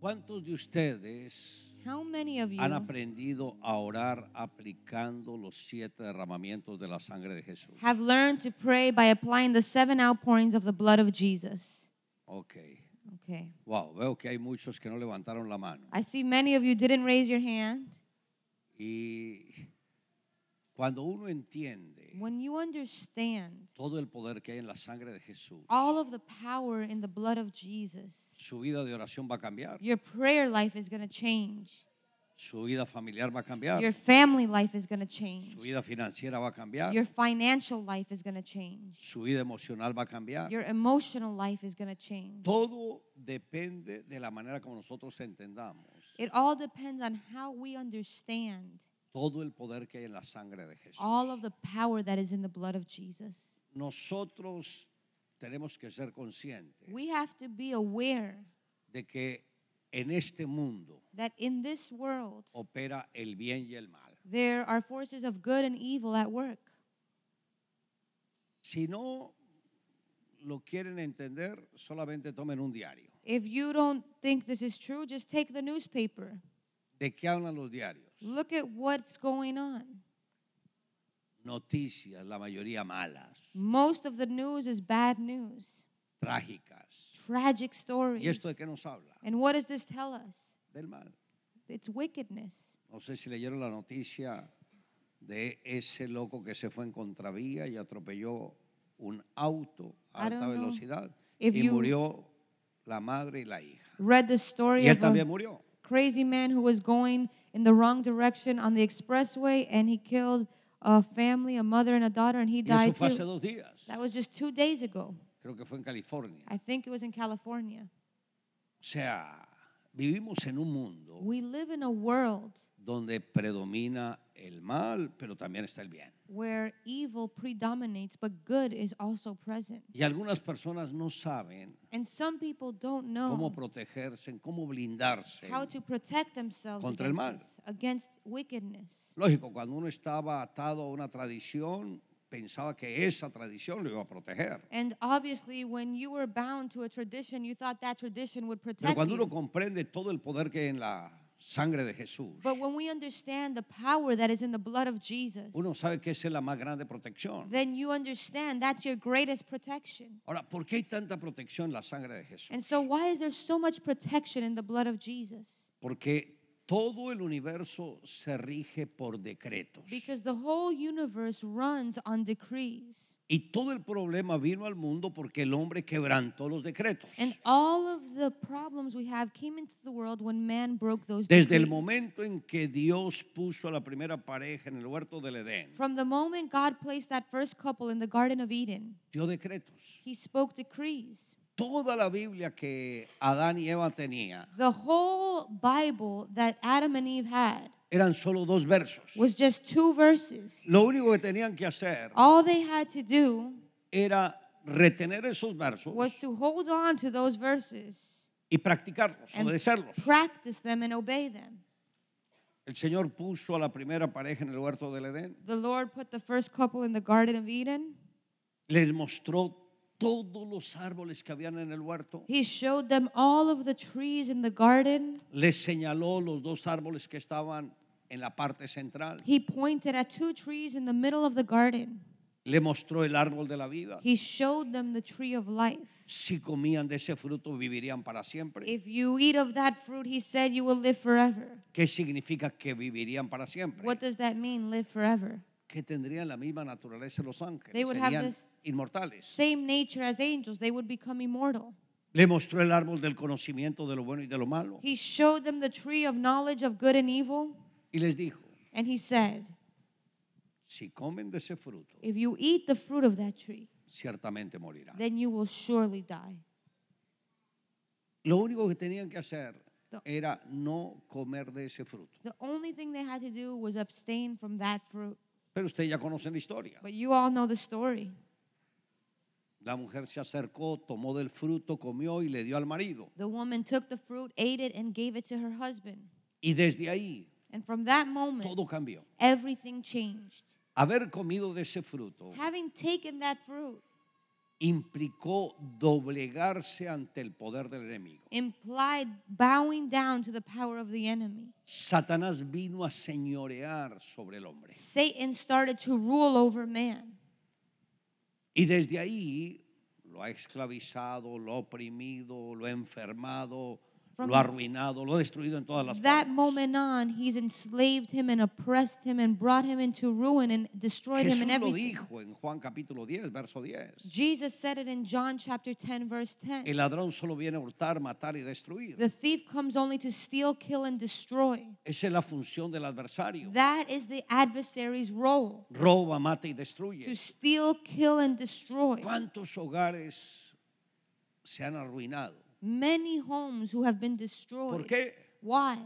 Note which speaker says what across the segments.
Speaker 1: ¿Cuántos de ustedes
Speaker 2: How many of you
Speaker 1: han aprendido a orar aplicando los siete derramamientos de la sangre de Jesús?
Speaker 2: have learned to pray by applying the seven outpourings of the blood of Jesus?
Speaker 1: Ok.
Speaker 2: Okay.
Speaker 1: Wow, veo que hay muchos que no levantaron la mano.
Speaker 2: I see many of you didn't raise your hand.
Speaker 1: Y cuando uno entiende
Speaker 2: When you understand
Speaker 1: todo el poder que hay en la sangre de Jesús,
Speaker 2: all of the power in the blood of Jesus,
Speaker 1: su vida de oración va a cambiar,
Speaker 2: your prayer life is going to change.
Speaker 1: su vida familiar va a cambiar,
Speaker 2: Your family life is going to change.
Speaker 1: su vida financiera va a cambiar,
Speaker 2: Your financial life is going to change.
Speaker 1: su vida emocional va a cambiar.
Speaker 2: Your emotional life is going to change.
Speaker 1: Todo depende de la manera como nosotros entendamos
Speaker 2: It all depends on how we understand
Speaker 1: todo el poder que hay en la sangre de Jesús.
Speaker 2: all of the power that is in the blood of Jesus.
Speaker 1: Nosotros tenemos que ser conscientes
Speaker 2: We have to be aware
Speaker 1: de que en este mundo
Speaker 2: that in this world,
Speaker 1: opera el bien y el mal.
Speaker 2: there are forces of good and evil at work.
Speaker 1: Si no lo quieren entender, solamente tomen un diario.
Speaker 2: If you don't think this is true, just take the newspaper.
Speaker 1: ¿De qué hablan los diarios?
Speaker 2: Look at what's going on.
Speaker 1: Noticias, la mayoría malas,
Speaker 2: Most of the news is bad news,
Speaker 1: trágicas.
Speaker 2: tragic
Speaker 1: ¿Y
Speaker 2: stories.
Speaker 1: esto de qué nos habla?
Speaker 2: And what does this tell us?
Speaker 1: Del mal.
Speaker 2: It's wickedness.
Speaker 1: No sé si leyeron la noticia de ese loco que se fue en contravía y atropelló un auto a
Speaker 2: I don't
Speaker 1: alta
Speaker 2: know
Speaker 1: velocidad
Speaker 2: if
Speaker 1: y
Speaker 2: you-
Speaker 1: murió la madre y la hija.
Speaker 2: Read the
Speaker 1: Y
Speaker 2: story
Speaker 1: él
Speaker 2: of
Speaker 1: también
Speaker 2: a
Speaker 1: murió.
Speaker 2: crazy man who was going in the wrong direction on the expressway and he killed a family, a mother and a daughter, and he
Speaker 1: Y eso
Speaker 2: died
Speaker 1: fue hace
Speaker 2: too.
Speaker 1: dos días.
Speaker 2: That was just two days ago.
Speaker 1: Creo que fue en California.
Speaker 2: I think it was in California.
Speaker 1: O sea, vivimos en un mundo
Speaker 2: We live in a world
Speaker 1: donde predomina el mal, pero también está el bien.
Speaker 2: where evil predominates, but good is also present.
Speaker 1: Y algunas personas no saben
Speaker 2: And some people don't
Speaker 1: cómo
Speaker 2: know
Speaker 1: protegerse, cómo blindarse.
Speaker 2: how to protect themselves
Speaker 1: Contra el
Speaker 2: against,
Speaker 1: mal.
Speaker 2: this, against wickedness.
Speaker 1: Lógico, cuando uno estaba atado a una tradición, pensaba que esa tradición lo iba a proteger.
Speaker 2: And obviously, when you were bound to a tradition, you thought that tradition would
Speaker 1: Pero
Speaker 2: protect
Speaker 1: cuando uno
Speaker 2: you.
Speaker 1: comprende todo el poder que hay en la sangre de Jesús,
Speaker 2: But when we understand the power that is in the blood of Jesus,
Speaker 1: uno sabe que esa es la más grande protección.
Speaker 2: then you understand that's your greatest protection.
Speaker 1: Ahora, ¿por qué hay tanta protección en la sangre de Jesús?
Speaker 2: And so, why is there so much protection in the blood of Jesus?
Speaker 1: Porque todo el universo se rige por decretos.
Speaker 2: Because the whole universe runs on decrees.
Speaker 1: Y todo el problema vino al mundo porque el hombre quebrantó los decretos.
Speaker 2: And all of the problems we have came into the world when man broke those
Speaker 1: Desde el
Speaker 2: decrees.
Speaker 1: momento en que Dios puso a la primera pareja en el huerto del Edén,
Speaker 2: From the moment God placed that first couple in the Garden of Eden,
Speaker 1: dio decretos.
Speaker 2: he spoke decrees.
Speaker 1: Toda la Biblia que Adán y Eva tenían
Speaker 2: The whole Bible that Adam and Eve had
Speaker 1: eran solo dos versos.
Speaker 2: was just two verses.
Speaker 1: Lo único que tenían que hacer
Speaker 2: All they had to do
Speaker 1: era retener esos versos
Speaker 2: was to hold on to those verses
Speaker 1: y practicarlos,
Speaker 2: and
Speaker 1: obedecerlos.
Speaker 2: practice them and obey them.
Speaker 1: El Señor puso a la primera pareja en el huerto del Edén,
Speaker 2: The Lord put the first couple in the Garden of Eden.
Speaker 1: les mostró todos los árboles que habían en el huerto,
Speaker 2: He showed them all of the trees in the garden.
Speaker 1: les señaló los dos árboles que estaban en la parte central,
Speaker 2: He pointed at two trees in the middle of the garden.
Speaker 1: le mostró el árbol de la vida.
Speaker 2: He showed them the tree of life.
Speaker 1: Si comían de ese fruto vivirían para siempre.
Speaker 2: If you eat of that fruit, he said, you will live forever.
Speaker 1: ¿Qué significa que vivirían para siempre?
Speaker 2: What does that mean, live forever?
Speaker 1: que tendrían la misma naturaleza los
Speaker 2: They
Speaker 1: ángeles,
Speaker 2: would have
Speaker 1: serían
Speaker 2: this-
Speaker 1: inmortales.
Speaker 2: Same nature as angels, they would become immortal.
Speaker 1: Le mostró el árbol del conocimiento de lo bueno y de lo malo
Speaker 2: He showed them the tree of knowledge of good and evil,
Speaker 1: y les dijo,
Speaker 2: and he said,
Speaker 1: si comen de ese fruto,
Speaker 2: If you eat the fruit of that tree,
Speaker 1: ciertamente morirán.
Speaker 2: then you will surely die.
Speaker 1: Lo único que tenían que hacer
Speaker 2: The-
Speaker 1: era no comer de ese fruto.
Speaker 2: The only thing they had to do was abstain from that fruit.
Speaker 1: Pero ustedes ya conocen la historia.
Speaker 2: But you all know the story.
Speaker 1: La mujer se acercó, tomó del fruto, comió y le dio al marido.
Speaker 2: The woman took the fruit, ate it, and gave it to her husband.
Speaker 1: Y desde ahí
Speaker 2: And from that moment,
Speaker 1: todo cambió.
Speaker 2: everything changed.
Speaker 1: Haber comido de ese fruto
Speaker 2: Having taken that fruit
Speaker 1: implicó doblegarse ante el poder del enemigo.
Speaker 2: implied bowing down to the power of the enemy.
Speaker 1: Satanás vino a señorear sobre el hombre.
Speaker 2: Satan started to rule over man.
Speaker 1: Y desde ahí lo ha esclavizado, lo ha oprimido, lo ha enfermado,
Speaker 2: From-
Speaker 1: lo ha arruinado, lo ha destruido en todas las
Speaker 2: That
Speaker 1: formas.
Speaker 2: moment on, he's enslaved him and oppressed him and brought him into ruin and destroyed him
Speaker 1: Jesús
Speaker 2: and
Speaker 1: lo
Speaker 2: everything.
Speaker 1: dijo en Juan capítulo 10, verso 10.
Speaker 2: Jesus said it in John chapter 10, verse 10.
Speaker 1: El ladrón solo viene a hurtar, matar y destruir.
Speaker 2: The thief comes only to steal, kill, and destroy.
Speaker 1: Esa es la función del adversario.
Speaker 2: That is the adversary's role
Speaker 1: Roba, mata y
Speaker 2: to
Speaker 1: destruye.
Speaker 2: steal, kill, and destroy.
Speaker 1: ¿Cuántos hogares se han arruinado?
Speaker 2: Many homes who have been
Speaker 1: ¿Por
Speaker 2: destroyed.
Speaker 1: qué?
Speaker 2: Why?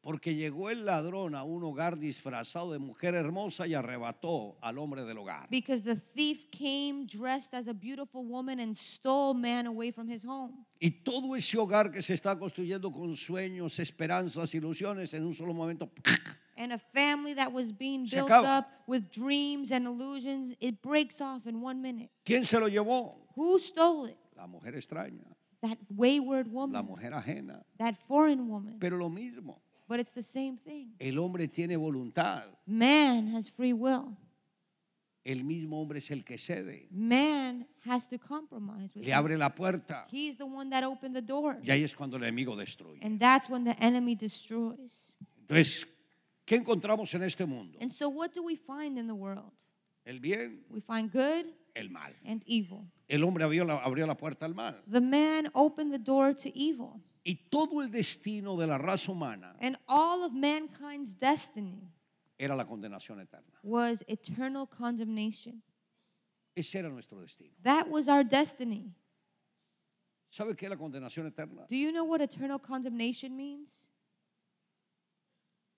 Speaker 1: Porque llegó el ladrón a un hogar disfrazado de mujer hermosa y arrebató al hombre del hogar.
Speaker 2: Because the thief came dressed as a beautiful woman and stole man away from his home.
Speaker 1: Y todo ese hogar que se está construyendo con sueños, esperanzas, ilusiones, en un solo momento
Speaker 2: And a family that was being
Speaker 1: Se
Speaker 2: built
Speaker 1: acaba.
Speaker 2: up with dreams and illusions, it breaks off in one minute.
Speaker 1: ¿quién se lo llevó?
Speaker 2: Who stole it?
Speaker 1: La mujer extraña,
Speaker 2: That wayward
Speaker 1: la
Speaker 2: woman,
Speaker 1: mujer ajena.
Speaker 2: that foreign woman.
Speaker 1: Pero lo mismo,
Speaker 2: But it's the same thing.
Speaker 1: el hombre tiene voluntad,
Speaker 2: Man has free will,
Speaker 1: el mismo hombre es el que cede,
Speaker 2: man has to compromise with
Speaker 1: le
Speaker 2: him.
Speaker 1: abre la puerta
Speaker 2: He's the one that opened the door.
Speaker 1: y ahí es cuando el enemigo destruye.
Speaker 2: And that's when the enemy destroys.
Speaker 1: Entonces, ¿qué encontramos en este mundo?
Speaker 2: And so, what do we find in the world?
Speaker 1: El bien,
Speaker 2: We find good
Speaker 1: el mal.
Speaker 2: and evil.
Speaker 1: El hombre abrió la, abrió la puerta al mal.
Speaker 2: The man opened the door to evil,
Speaker 1: Y todo el destino de la raza humana
Speaker 2: and all of mankind's destiny
Speaker 1: era la condenación eterna.
Speaker 2: was eternal condemnation.
Speaker 1: Ese era nuestro destino.
Speaker 2: That was our destiny.
Speaker 1: ¿Sabe qué es la condenación eterna?
Speaker 2: Do you know what eternal condemnation means?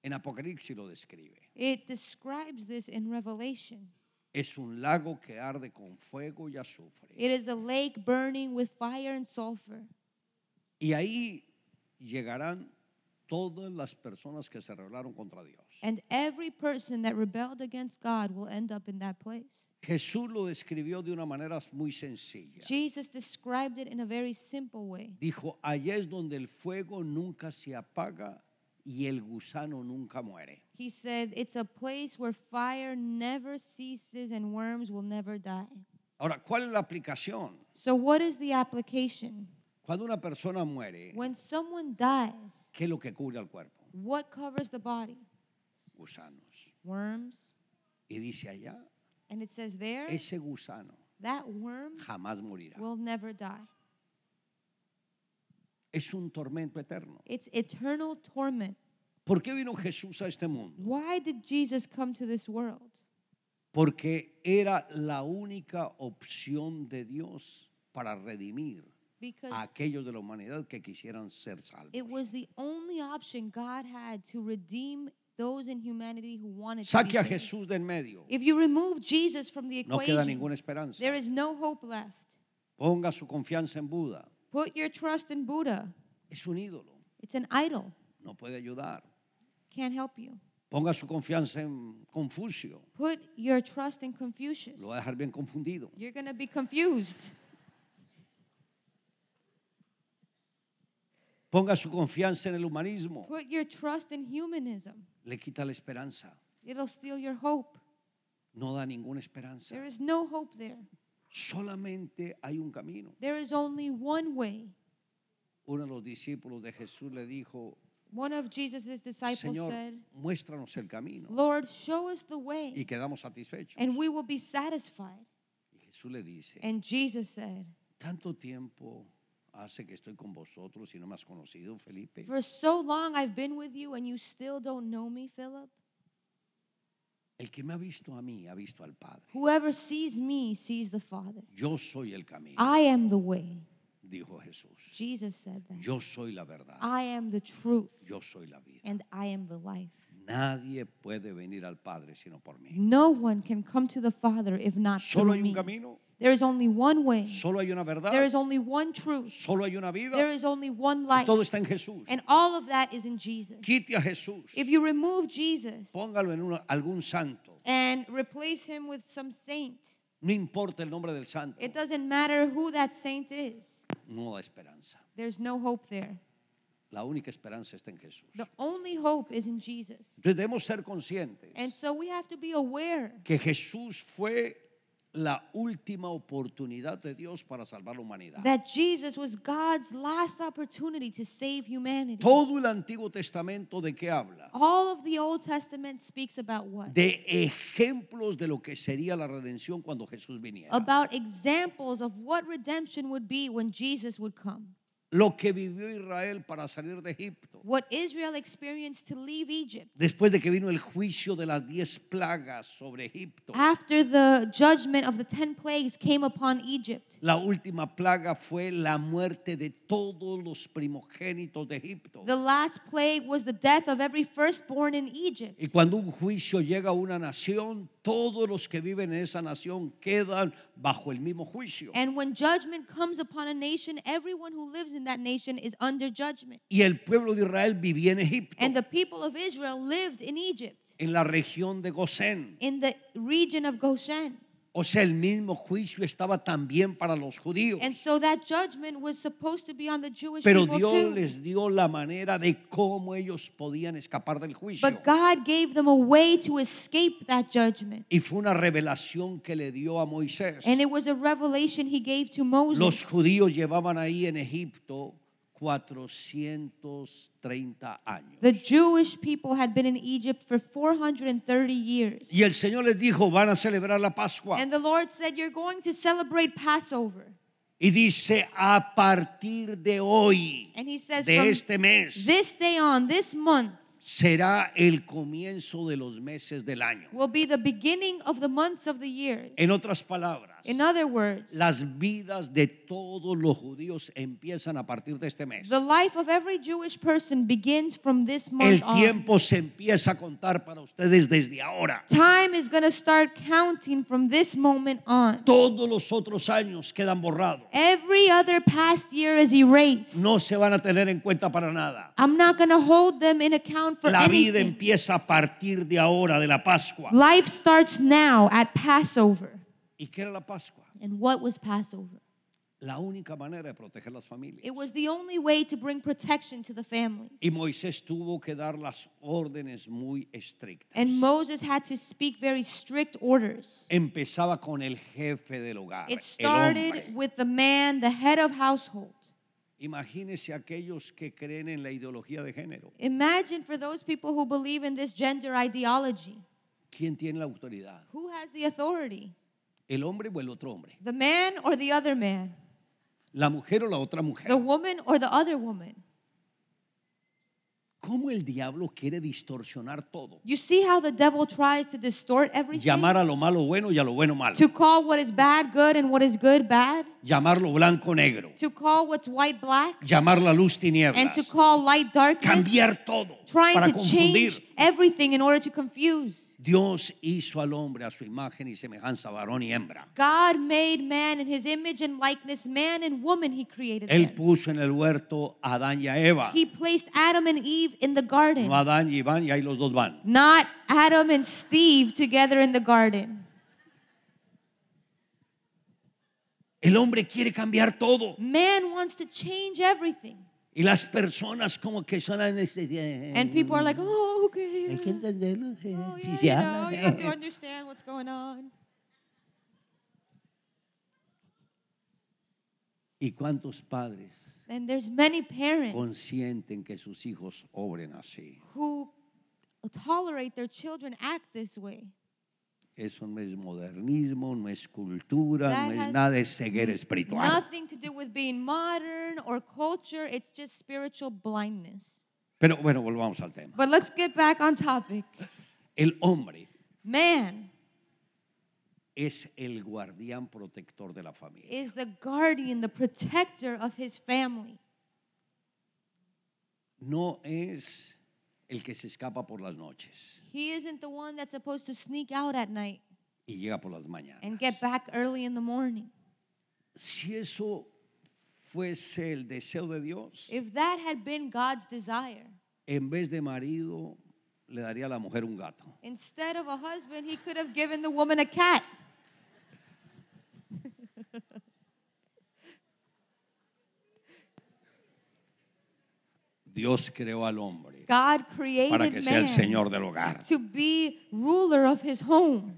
Speaker 1: En Apocalipsis lo describe.
Speaker 2: It describes this in Revelation.
Speaker 1: Es un lago que arde con fuego y azufre.
Speaker 2: It is a lake burning with fire and sulfur.
Speaker 1: Y ahí llegarán todas las personas que se rebelaron contra Dios.
Speaker 2: And every person that rebelled against God will end up in that place.
Speaker 1: Jesús lo describió de una manera muy sencilla.
Speaker 2: Jesus described it in a very simple way.
Speaker 1: Dijo, allá es donde el fuego nunca se apaga y el gusano nunca muere.
Speaker 2: He said, It's a place where fire never ceases and worms will never die.
Speaker 1: Ahora, ¿cuál es la aplicación?
Speaker 2: So, what is the application?
Speaker 1: Cuando una persona muere,
Speaker 2: When someone dies,
Speaker 1: ¿qué es lo que cubre al cuerpo?
Speaker 2: what covers the body?
Speaker 1: Gusanos.
Speaker 2: Worms.
Speaker 1: Y dice allá,
Speaker 2: And it says there,
Speaker 1: ese gusano
Speaker 2: that worm
Speaker 1: jamás morirá.
Speaker 2: will never die.
Speaker 1: Es un tormento eterno.
Speaker 2: It's eternal torment.
Speaker 1: ¿Por qué vino Jesús a este mundo?
Speaker 2: Why did Jesus come to this world?
Speaker 1: Porque era la única opción de Dios para redimir
Speaker 2: Because
Speaker 1: a aquellos de la humanidad que quisieran ser salvos.
Speaker 2: it was the only option God had to redeem those in humanity who wanted to. be
Speaker 1: Saque a
Speaker 2: saved.
Speaker 1: Jesús del medio.
Speaker 2: If you remove Jesus from the
Speaker 1: No queda
Speaker 2: equation,
Speaker 1: ninguna esperanza.
Speaker 2: there is no hope left.
Speaker 1: Ponga su confianza en Buda.
Speaker 2: Put your trust in Buddha.
Speaker 1: Es un ídolo.
Speaker 2: It's an idol.
Speaker 1: No puede ayudar.
Speaker 2: Can't help you.
Speaker 1: Ponga su confianza en Confucio.
Speaker 2: Put your trust in Confucius.
Speaker 1: Lo va a dejar bien confundido.
Speaker 2: You're going to be confused.
Speaker 1: Ponga su confianza en el humanismo.
Speaker 2: Put your trust in humanism.
Speaker 1: Le quita la esperanza.
Speaker 2: It'll steal your hope.
Speaker 1: No da ninguna esperanza.
Speaker 2: There is no hope there.
Speaker 1: Solamente hay un camino.
Speaker 2: There is only one way.
Speaker 1: Uno de los discípulos de Jesús le dijo,
Speaker 2: One of Jesus' disciples
Speaker 1: Señor,
Speaker 2: said,
Speaker 1: muéstranos el camino
Speaker 2: Lord, show us the
Speaker 1: y
Speaker 2: way,
Speaker 1: quedamos satisfechos.
Speaker 2: and we will be satisfied.
Speaker 1: Y Jesús le dice,
Speaker 2: And Jesus said,
Speaker 1: tanto tiempo hace que estoy con vosotros y no me has conocido, Felipe.
Speaker 2: For so long I've been with you, and you still don't know me, Philip.
Speaker 1: El que me ha visto a mí ha visto al Padre.
Speaker 2: Whoever sees me sees the Father.
Speaker 1: Yo soy el camino,
Speaker 2: I am the way.
Speaker 1: dijo Jesús.
Speaker 2: Jesus said that.
Speaker 1: Yo soy la verdad.
Speaker 2: I am the truth,
Speaker 1: Yo soy la vida.
Speaker 2: and I am the life.
Speaker 1: Nadie puede venir al Padre sino por mí.
Speaker 2: No one can come to the Father if not
Speaker 1: Solo
Speaker 2: through
Speaker 1: hay un
Speaker 2: me.
Speaker 1: camino,
Speaker 2: There is only one way.
Speaker 1: solo hay una
Speaker 2: There
Speaker 1: verdad,
Speaker 2: is only one truth.
Speaker 1: solo hay una
Speaker 2: There
Speaker 1: vida.
Speaker 2: is only one
Speaker 1: Y
Speaker 2: life.
Speaker 1: todo está en Jesús.
Speaker 2: And all of that is in Jesus.
Speaker 1: Quite a Jesús.
Speaker 2: If you remove Jesus
Speaker 1: Póngalo en una- algún santo.
Speaker 2: and replace him with some saint,
Speaker 1: No importa el nombre del santo,
Speaker 2: It doesn't matter who that saint is,
Speaker 1: no da esperanza.
Speaker 2: there's no hope there.
Speaker 1: La única esperanza está en Jesús.
Speaker 2: The only hope is in Jesus.
Speaker 1: Entonces debemos ser conscientes
Speaker 2: And so we have to be aware
Speaker 1: que Jesús fue la última oportunidad de Dios para salvar la humanidad.
Speaker 2: that Jesus was God's last opportunity to save humanity.
Speaker 1: Todo el Antiguo Testamento de qué habla?
Speaker 2: All of the Old Testament speaks about what?
Speaker 1: De ejemplos de lo que sería la redención cuando Jesús viniera.
Speaker 2: About examples of what redemption would be when Jesus would come.
Speaker 1: Lo que vivió Israel para salir de Egipto.
Speaker 2: What Israel experienced to leave Egypt.
Speaker 1: Después de que vino el juicio de las diez plagas sobre Egipto.
Speaker 2: After the judgment of the 10 plagues came upon Egypt,
Speaker 1: La última plaga fue la muerte de todos los primogénitos de Egipto.
Speaker 2: the last plague was the death of every firstborn in Egypt.
Speaker 1: Y cuando un juicio llega a una nación, todos los que viven en esa nación quedan bajo el mismo juicio.
Speaker 2: And when judgment comes upon a nation, everyone who lives in that nation is under judgment.
Speaker 1: Y el pueblo de Israel vivía en Egipto,
Speaker 2: And the people of Israel lived in Egypt,
Speaker 1: en la región de Gosén.
Speaker 2: in the region of Goshen.
Speaker 1: O sea, el mismo juicio estaba también para los judíos.
Speaker 2: And so that judgment was supposed to be on the Jewish
Speaker 1: Pero
Speaker 2: people
Speaker 1: Dios
Speaker 2: too.
Speaker 1: les dio la manera de cómo ellos podían escapar del juicio.
Speaker 2: But God gave them a way to escape that judgment.
Speaker 1: Y fue una revelación que le dio a Moisés.
Speaker 2: And it was a revelation he gave to
Speaker 1: Los
Speaker 2: Moses.
Speaker 1: judíos llevaban ahí en Egipto 430 años.
Speaker 2: The Jewish people had been in Egypt for 430 years.
Speaker 1: Y el Señor les dijo, van a celebrar la Pascua.
Speaker 2: And the Lord said, You're going to celebrate Passover.
Speaker 1: Y dice, a partir de hoy,
Speaker 2: And he says,
Speaker 1: de
Speaker 2: "From
Speaker 1: este mes,
Speaker 2: This day on, this month,
Speaker 1: será el comienzo de los meses del año.
Speaker 2: will be the beginning of the months of the year.
Speaker 1: En otras palabras,
Speaker 2: In other words,
Speaker 1: las vidas de todos los judíos empiezan a partir de este mes.
Speaker 2: the life of every Jewish person begins from this month
Speaker 1: El
Speaker 2: on.
Speaker 1: tiempo se empieza a contar para ustedes desde ahora.
Speaker 2: Time is going to start counting from this moment on.
Speaker 1: Todos los otros años quedan borrados.
Speaker 2: Every other past year is erased.
Speaker 1: No se van a tener en cuenta para nada.
Speaker 2: I'm not going to hold them in account for
Speaker 1: La vida
Speaker 2: anything.
Speaker 1: empieza a partir de ahora, de la Pascua.
Speaker 2: Life starts now at Passover.
Speaker 1: ¿Y qué era la Pascua?
Speaker 2: And what was Passover?
Speaker 1: La única manera de proteger las familias.
Speaker 2: It was the only way to bring protection to the families.
Speaker 1: Y Moisés tuvo que dar las órdenes muy estrictas.
Speaker 2: And Moses had to speak very strict orders.
Speaker 1: Empezaba con el jefe del hogar.
Speaker 2: It
Speaker 1: el hombre.
Speaker 2: started with the man, the head of household.
Speaker 1: Imagínense aquellos que creen en la ideología de género.
Speaker 2: Imagine for those people who believe in this gender ideology
Speaker 1: ¿Quién tiene la autoridad?
Speaker 2: who has the authority?
Speaker 1: ¿El hombre o el otro hombre?
Speaker 2: The man or the other man?
Speaker 1: ¿La mujer o la otra
Speaker 2: The
Speaker 1: mujer?
Speaker 2: woman or the other woman?
Speaker 1: ¿Cómo el diablo quiere distorsionar todo?
Speaker 2: You see how the devil tries to distort everything?
Speaker 1: Llamar a lo malo bueno y a lo bueno malo.
Speaker 2: To call what is bad good and what is good bad?
Speaker 1: Llamar lo blanco negro.
Speaker 2: To call what's white black?
Speaker 1: Llamar la luz
Speaker 2: And
Speaker 1: tinieblas.
Speaker 2: to call light darkness?
Speaker 1: Cambiar todo
Speaker 2: Trying
Speaker 1: para
Speaker 2: to change
Speaker 1: confundir.
Speaker 2: everything in order to confuse.
Speaker 1: Dios hizo al hombre a su imagen y semejanza, varón y hembra.
Speaker 2: God made man in his image and likeness, man and woman he created
Speaker 1: Él
Speaker 2: them.
Speaker 1: puso en el huerto a Adán y a Eva.
Speaker 2: He placed Adam and Eve in the garden,
Speaker 1: No a Adán y Iván y ahí los dos van.
Speaker 2: not Adam and Steve together in the garden.
Speaker 1: El hombre quiere cambiar todo.
Speaker 2: Man wants to change everything.
Speaker 1: Y las personas como que son... Este,
Speaker 2: And people are like, oh, okay.
Speaker 1: Hay que entenderlo. eh,
Speaker 2: Oh,
Speaker 1: si
Speaker 2: yeah,
Speaker 1: se
Speaker 2: you
Speaker 1: habla,
Speaker 2: know, you have to
Speaker 1: eh.
Speaker 2: understand what's going on.
Speaker 1: ¿Y cuántos padres
Speaker 2: And there's many parents
Speaker 1: consienten que sus hijos obren así?
Speaker 2: who tolerate their children act this way.
Speaker 1: Eso no es modernismo, no es cultura,
Speaker 2: That
Speaker 1: no es
Speaker 2: has
Speaker 1: nada de ceguera espiritual.
Speaker 2: Nothing to do with being modern or culture, it's just spiritual blindness.
Speaker 1: Pero bueno, volvamos al tema.
Speaker 2: But let's get back on topic.
Speaker 1: El hombre
Speaker 2: Man
Speaker 1: es el guardián protector de la familia.
Speaker 2: is the guardian, the protector of his family.
Speaker 1: No es el que se escapa por las noches
Speaker 2: He isn't the one that's supposed to sneak out at night
Speaker 1: y llega por las mañanas.
Speaker 2: and get back early in the morning.
Speaker 1: Si eso fuese el deseo de Dios,
Speaker 2: If that had been God's desire,
Speaker 1: en vez de marido, le daría a la mujer un gato.
Speaker 2: instead of a husband, he could have given the woman a cat.
Speaker 1: Dios creó al hombre
Speaker 2: God
Speaker 1: para
Speaker 2: created
Speaker 1: que sea el
Speaker 2: man
Speaker 1: señor del hogar.
Speaker 2: to be ruler of his home.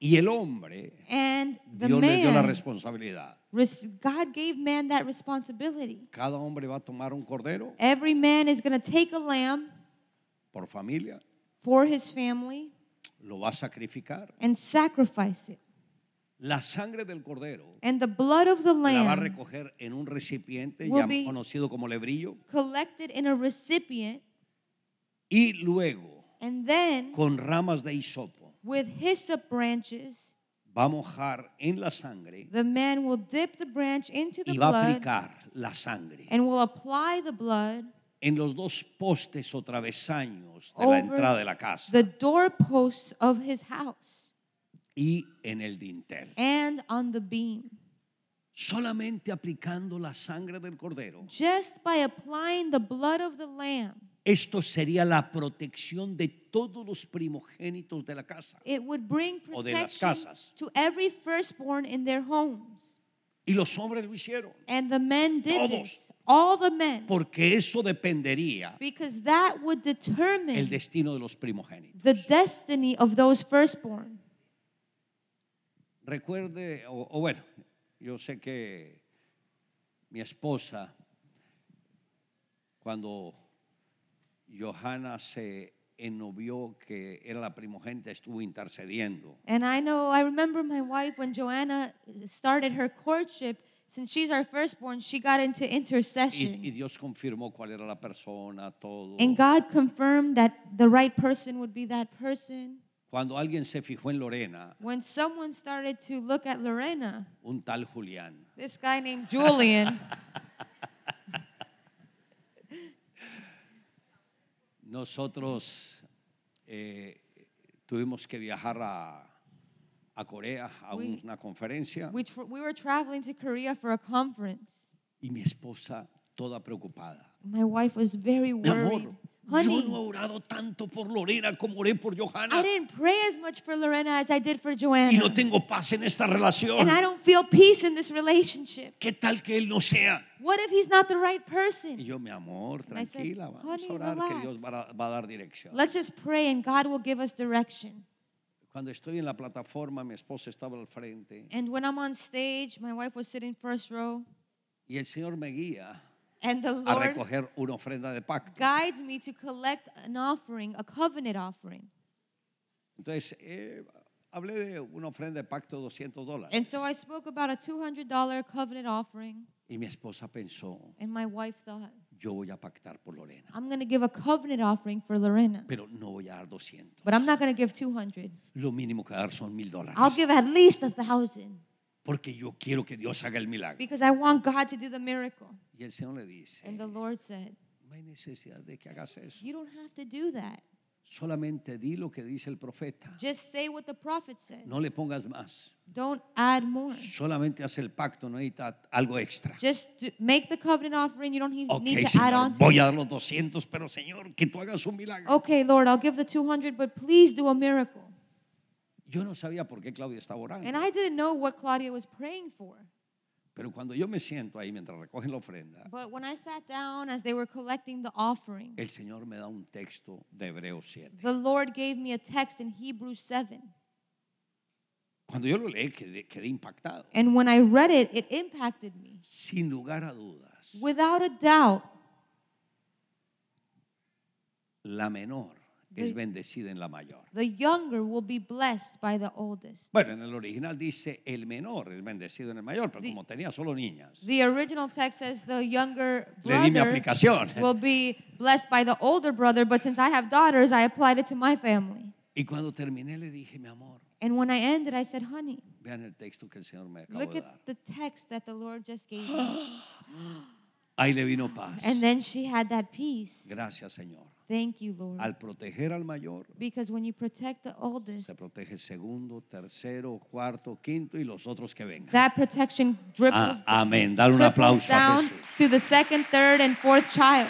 Speaker 1: Y el hombre,
Speaker 2: And the
Speaker 1: Dios le dio la
Speaker 2: man,
Speaker 1: responsabilidad.
Speaker 2: res- God gave man that responsibility.
Speaker 1: Cada hombre va a tomar un cordero
Speaker 2: Every man is going to take a lamb
Speaker 1: por familia,
Speaker 2: for his family
Speaker 1: lo va a sacrificar.
Speaker 2: and sacrifice it.
Speaker 1: La sangre del cordero
Speaker 2: And the blood of the
Speaker 1: la va a
Speaker 2: lamb
Speaker 1: recoger en un recipiente
Speaker 2: Will
Speaker 1: llam-
Speaker 2: be-
Speaker 1: conocido como lebrillo
Speaker 2: collected in a recipient
Speaker 1: y luego
Speaker 2: and then
Speaker 1: con ramas de hisopo
Speaker 2: with hyssop branches
Speaker 1: va a mojar en la sangre
Speaker 2: the man will dip the branch into the
Speaker 1: y va a
Speaker 2: blood
Speaker 1: aplicar la sangre
Speaker 2: and will apply the blood
Speaker 1: en los dos postes o travesaños de la
Speaker 2: Over
Speaker 1: entrada de la casa
Speaker 2: the doorposts of his house
Speaker 1: y en el dintel.
Speaker 2: and on the beam
Speaker 1: Solamente aplicando la sangre del cordero,
Speaker 2: just by applying the blood of the lamb
Speaker 1: esto sería la protección de todos los primogénitos de la casa.
Speaker 2: it would bring
Speaker 1: O de las
Speaker 2: protection
Speaker 1: casas.
Speaker 2: to every firstborn in their homes
Speaker 1: Y los hombres lo hicieron,
Speaker 2: and the men did
Speaker 1: Todos.
Speaker 2: this all the men
Speaker 1: porque eso dependería
Speaker 2: because that would determine
Speaker 1: el destino de los primogénitos.
Speaker 2: the destiny of those firstborn.
Speaker 1: Recuerde, o, o bueno, yo sé que mi esposa, cuando Johanna se ennovió que era la primogénita, estuvo intercediendo.
Speaker 2: And I know, I remember my wife when Joanna started her courtship, since she's our firstborn, she got into
Speaker 1: Y, y
Speaker 2: intercession.
Speaker 1: Dios confirmó cuál era la persona, todo.
Speaker 2: And God confirmed that the right person would be that person.
Speaker 1: Cuando alguien se fijó en Lorena,
Speaker 2: When someone started to look at Lorena,
Speaker 1: un tal Julián,
Speaker 2: this guy named Julian,
Speaker 1: nosotros eh, tuvimos que viajar a, a Corea a
Speaker 2: We-
Speaker 1: una conferencia.
Speaker 2: we, tr- we were traveling to Korea for a conference.
Speaker 1: Y mi esposa toda preocupada.
Speaker 2: My wife was very
Speaker 1: Mi amor,
Speaker 2: worried.
Speaker 1: yo no he
Speaker 2: Honey,
Speaker 1: orado tanto por Lorena como oré por
Speaker 2: I
Speaker 1: Johanna.
Speaker 2: didn't pray as much for Lorena as I did for
Speaker 1: Y no
Speaker 2: Joanna.
Speaker 1: tengo paz en esta relación.
Speaker 2: And I don't feel peace in this relationship.
Speaker 1: ¿Qué tal que él no sea?
Speaker 2: What if he's not the right
Speaker 1: Y
Speaker 2: person?
Speaker 1: yo, mi amor,
Speaker 2: And I said,
Speaker 1: tranquila, vamos
Speaker 2: "Honey,
Speaker 1: a orar que Dios
Speaker 2: relax."
Speaker 1: va a, va a dar dirección.
Speaker 2: Let's just pray and God will give us direction.
Speaker 1: Cuando estoy en la plataforma, mi esposa estaba al frente
Speaker 2: And when I'm on stage, my wife was sitting first row,
Speaker 1: y el Señor me guía
Speaker 2: and the
Speaker 1: a
Speaker 2: Lord
Speaker 1: recoger una ofrenda de pacto.
Speaker 2: guides me to collect an offering, a covenant offering.
Speaker 1: Entonces, eh, hablé de una ofrenda de pacto de 200 dólares.
Speaker 2: And so I spoke about a $200 covenant offering,
Speaker 1: Y mi esposa pensó,
Speaker 2: and my wife thought,
Speaker 1: yo voy a pactar por Lorena,
Speaker 2: I'm going to give a covenant offering for Lorena,
Speaker 1: pero no voy a dar 200.
Speaker 2: but I'm not going to give 200.
Speaker 1: Lo mínimo que dar son mil
Speaker 2: I'll
Speaker 1: dólares.
Speaker 2: give at least a 1,000
Speaker 1: Porque yo quiero que Dios haga el milagro.
Speaker 2: because I want God to do the miracle.
Speaker 1: Y el Señor le dice,
Speaker 2: And the Lord said,
Speaker 1: no hay necesidad de que hagas eso.
Speaker 2: You don't have to do that.
Speaker 1: Solamente di lo que dice el profeta.
Speaker 2: Just say what the prophet said.
Speaker 1: No le pongas más.
Speaker 2: Don't add more.
Speaker 1: Solamente haz el pacto, no necesita algo extra.
Speaker 2: Just do- make the covenant offering. You don't he-
Speaker 1: Ok,
Speaker 2: need to add
Speaker 1: Señor,
Speaker 2: on to
Speaker 1: voy
Speaker 2: it.
Speaker 1: a dar los 200, pero Señor, que tú hagas un milagro.
Speaker 2: Okay, Lord, I'll give the 200, but please do a miracle.
Speaker 1: Yo no sabía por qué Claudia estaba
Speaker 2: And
Speaker 1: orando.
Speaker 2: I didn't know what Claudia was praying for.
Speaker 1: Pero cuando yo me siento ahí mientras recogen la ofrenda,
Speaker 2: But when I sat down as they were collecting the offering,
Speaker 1: el Señor me da un texto de Hebreos 7.
Speaker 2: the Lord gave me a text in Hebrews 7.
Speaker 1: Cuando yo lo leí quedé, quedé impactado.
Speaker 2: And when I read it, it impacted me.
Speaker 1: Sin lugar a dudas,
Speaker 2: Without a doubt,
Speaker 1: la menor
Speaker 2: De-
Speaker 1: es bendecida en la mayor.
Speaker 2: the younger will be blessed by the oldest.
Speaker 1: Bueno, en el original dice el menor es bendecido en el mayor, pero como tenía solo niñas,
Speaker 2: The original text says the younger
Speaker 1: le di mi
Speaker 2: brother
Speaker 1: aplicación.
Speaker 2: will be blessed by the older brother, but since I have daughters, I applied it to my family.
Speaker 1: Y cuando terminé le dije, mi amor,
Speaker 2: And when I ended, I said, honey,
Speaker 1: vean el texto que el Señor me acabó
Speaker 2: look
Speaker 1: de
Speaker 2: at
Speaker 1: dar.
Speaker 2: the text that the Lord just gave me.
Speaker 1: Ahí le vino paz.
Speaker 2: And then she had that peace.
Speaker 1: Gracias, Señor.
Speaker 2: Thank you, Lord.
Speaker 1: Al proteger al mayor,
Speaker 2: Because when you protect the oldest,
Speaker 1: se protege el segundo, tercero, cuarto, quinto y los otros que vengan.
Speaker 2: that protection dribbles,
Speaker 1: Ah, amén. Dale un
Speaker 2: trickles
Speaker 1: aplauso a
Speaker 2: down
Speaker 1: Jesús.
Speaker 2: to the second, third, and fourth child.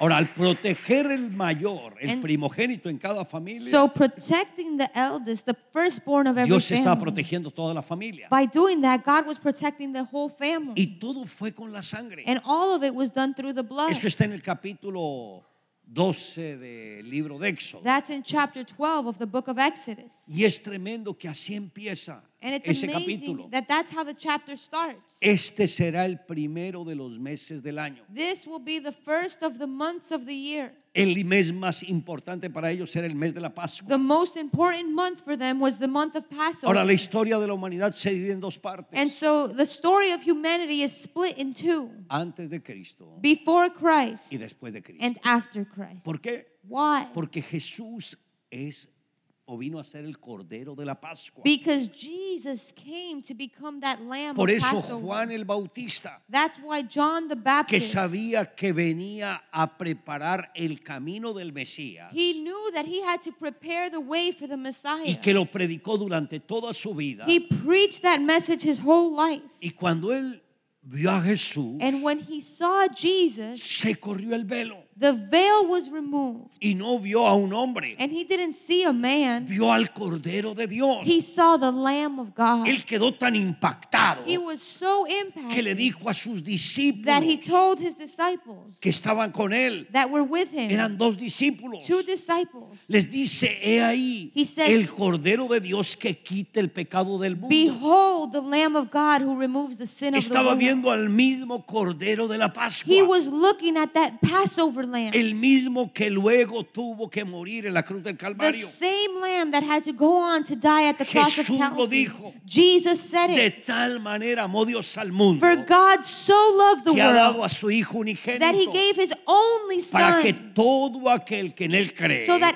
Speaker 1: Ahora, al proteger el mayor, el
Speaker 2: And-
Speaker 1: primogénito en cada familia,
Speaker 2: So protecting the eldest, the firstborn of every
Speaker 1: Dios está
Speaker 2: family.
Speaker 1: protegiendo toda la familia.
Speaker 2: By doing that, God was protecting the whole family.
Speaker 1: Y todo fue con la sangre.
Speaker 2: and all of it was done through the blood.
Speaker 1: Eso está en el capítulo 12 del libro de Éxodo.
Speaker 2: That's in chapter 12 of the book of Exodus.
Speaker 1: Y es tremendo que así empieza
Speaker 2: And it's
Speaker 1: ese
Speaker 2: amazing
Speaker 1: capítulo.
Speaker 2: that that's how the chapter starts.
Speaker 1: Este será el primero de los meses del año.
Speaker 2: This will be the first of the months of the year.
Speaker 1: El mes más importante para ellos era el mes de la Pascua.
Speaker 2: The most important month for them was the month of Passover.
Speaker 1: Ahora la historia de la humanidad se divide en dos partes.
Speaker 2: and so the story of humanity is split in two
Speaker 1: Antes de Cristo
Speaker 2: before Christ
Speaker 1: y después de Cristo.
Speaker 2: and after Christ.
Speaker 1: ¿Por qué?
Speaker 2: Why?
Speaker 1: Porque Jesús es o vino a ser el Cordero de la Pascua.
Speaker 2: Because Jesus came to become that lamb
Speaker 1: Por
Speaker 2: of
Speaker 1: eso
Speaker 2: Passover.
Speaker 1: Juan el Bautista,
Speaker 2: That's why John the
Speaker 1: que
Speaker 2: Baptist,
Speaker 1: sabía que venía a preparar el camino del Mesías
Speaker 2: he knew that he had to prepare the way for the Messiah.
Speaker 1: y que lo predicó durante toda su vida.
Speaker 2: He preached that message his whole life.
Speaker 1: Y cuando él vio a Jesús,
Speaker 2: And when he saw Jesus,
Speaker 1: se corrió el velo
Speaker 2: the veil was removed.
Speaker 1: y no vio a un hombre,
Speaker 2: And he didn't see a man,
Speaker 1: vio al Cordero de Dios.
Speaker 2: he saw the Lamb of God.
Speaker 1: Él quedó tan impactado
Speaker 2: He was so
Speaker 1: que le
Speaker 2: impacted
Speaker 1: dijo a sus
Speaker 2: that he
Speaker 1: discípulos
Speaker 2: told his disciples
Speaker 1: que estaban con él,
Speaker 2: that were with him,
Speaker 1: eran dos discípulos,
Speaker 2: two disciples,
Speaker 1: les dice, he ahí
Speaker 2: He says-
Speaker 1: el Cordero de Dios que quita el pecado del mundo.
Speaker 2: Behold the Lamb of God who removes the sin of the
Speaker 1: Estaba
Speaker 2: world.
Speaker 1: viendo al mismo Cordero de la
Speaker 2: He
Speaker 1: Pascua,
Speaker 2: was looking at that Passover lamb,
Speaker 1: el mismo que luego tuvo que morir en la cruz del
Speaker 2: the
Speaker 1: Calvario.
Speaker 2: same lamb that had to go on to die at the cross of
Speaker 1: Jesús lo
Speaker 2: Calvary.
Speaker 1: dijo.
Speaker 2: Jesus said it.
Speaker 1: De tal manera amó Dios al mundo
Speaker 2: For God so loved the
Speaker 1: que ha dado
Speaker 2: world
Speaker 1: a su Hijo
Speaker 2: that he
Speaker 1: unigénito
Speaker 2: gave his only
Speaker 1: para que
Speaker 2: son
Speaker 1: todo aquel que en él cree
Speaker 2: so that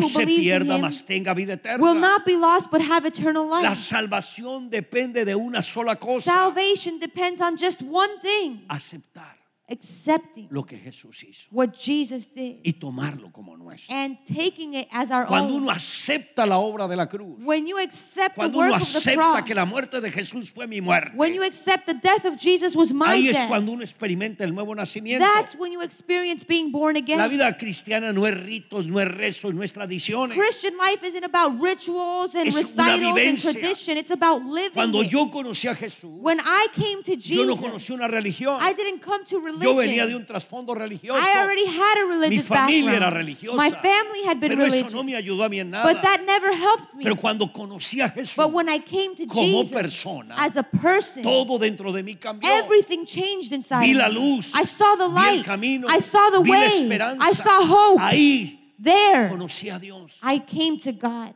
Speaker 1: no
Speaker 2: who
Speaker 1: se
Speaker 2: believes in
Speaker 1: pierda,
Speaker 2: him
Speaker 1: mas tenga vida
Speaker 2: will
Speaker 1: eterna.
Speaker 2: not be lost but have eternal
Speaker 1: La
Speaker 2: life.
Speaker 1: salvación depende de una sola cosa,
Speaker 2: Salvation depends on just one thing
Speaker 1: aceptar
Speaker 2: accepting
Speaker 1: lo que Jesús hizo
Speaker 2: what Jesus did
Speaker 1: y tomarlo como nuestro.
Speaker 2: and taking it as our
Speaker 1: Cuando
Speaker 2: own.
Speaker 1: uno acepta la obra de la cruz,
Speaker 2: When you accept Oh. the
Speaker 1: cuando uno
Speaker 2: work of the
Speaker 1: acepta que la
Speaker 2: cross,
Speaker 1: muerte de Jesús fue mi muerte,
Speaker 2: when you accept the death of Jesus was my
Speaker 1: ahí es
Speaker 2: death,
Speaker 1: cuando uno experimenta el nuevo nacimiento.
Speaker 2: that's when you experience being born
Speaker 1: La
Speaker 2: again.
Speaker 1: vida cristiana no es ritos, no es rezos, no es tradiciones.
Speaker 2: Christian life isn't about rituals and
Speaker 1: Es una
Speaker 2: recitals and
Speaker 1: vivencia.
Speaker 2: tradition. It's about living.
Speaker 1: Cuando
Speaker 2: it.
Speaker 1: yo conocí a Jesús,
Speaker 2: when I came to
Speaker 1: yo no
Speaker 2: Jesus,
Speaker 1: conocí una religión.
Speaker 2: I didn't come to religion.
Speaker 1: Yo venía de un trasfondo religioso.
Speaker 2: I already had a religious
Speaker 1: Mi familia
Speaker 2: background.
Speaker 1: era religiosa.
Speaker 2: My family had been
Speaker 1: Pero
Speaker 2: religious.
Speaker 1: eso no me ayudó a mí en nada.
Speaker 2: But that never helped me.
Speaker 1: Pero cuando conocí a Jesús,
Speaker 2: but when I came to
Speaker 1: como
Speaker 2: Jesus
Speaker 1: persona,
Speaker 2: as a person,
Speaker 1: todo dentro de mí cambió.
Speaker 2: everything changed inside
Speaker 1: vi
Speaker 2: me.
Speaker 1: la luz,
Speaker 2: I saw the
Speaker 1: vi
Speaker 2: light.
Speaker 1: el camino,
Speaker 2: I saw the
Speaker 1: vi la
Speaker 2: way.
Speaker 1: esperanza.
Speaker 2: I saw hope.
Speaker 1: Ahí
Speaker 2: there,
Speaker 1: conocí a Dios.
Speaker 2: I came to God.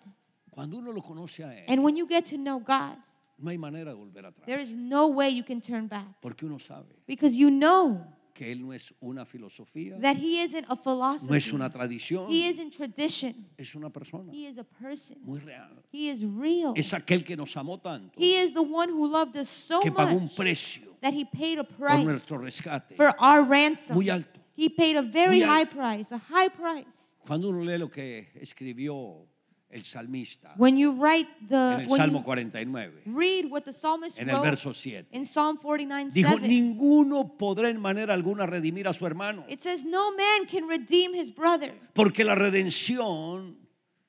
Speaker 1: Cuando uno lo conoce a Él,
Speaker 2: And when you get to know God,
Speaker 1: no hay manera de volver atrás.
Speaker 2: there is no way you can turn back
Speaker 1: Porque uno sabe
Speaker 2: because you know
Speaker 1: que Él no es una filosofía,
Speaker 2: that He isn't a philosophy.
Speaker 1: no es una tradición,
Speaker 2: He isn't tradition.
Speaker 1: es una persona
Speaker 2: He is a person.
Speaker 1: muy real.
Speaker 2: He is real.
Speaker 1: Es aquel que nos amó tanto,
Speaker 2: He is the one who loved us so
Speaker 1: que pagó un
Speaker 2: much
Speaker 1: precio
Speaker 2: that he paid a
Speaker 1: por
Speaker 2: price
Speaker 1: nuestro rescate.
Speaker 2: for our ransom.
Speaker 1: Muy alto.
Speaker 2: He paid a very
Speaker 1: Muy alto.
Speaker 2: high price, a high price.
Speaker 1: Cuando uno lee lo que escribió el salmista
Speaker 2: When you write
Speaker 1: en
Speaker 2: the
Speaker 1: el
Speaker 2: when
Speaker 1: Salmo
Speaker 2: you
Speaker 1: 49,
Speaker 2: read what the psalmist
Speaker 1: en el
Speaker 2: wrote
Speaker 1: verso 7,
Speaker 2: in Psalm 49
Speaker 1: dijo,
Speaker 2: 7,
Speaker 1: ninguno podrá en manera alguna redimir a su hermano,
Speaker 2: it says, No man can redeem his brother,
Speaker 1: porque la redención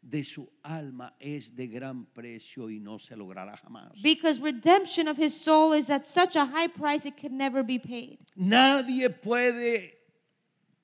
Speaker 1: de su alma es de gran precio y no se logrará jamás.
Speaker 2: because redemption of his soul is at such a high price it could never be paid.
Speaker 1: Nadie puede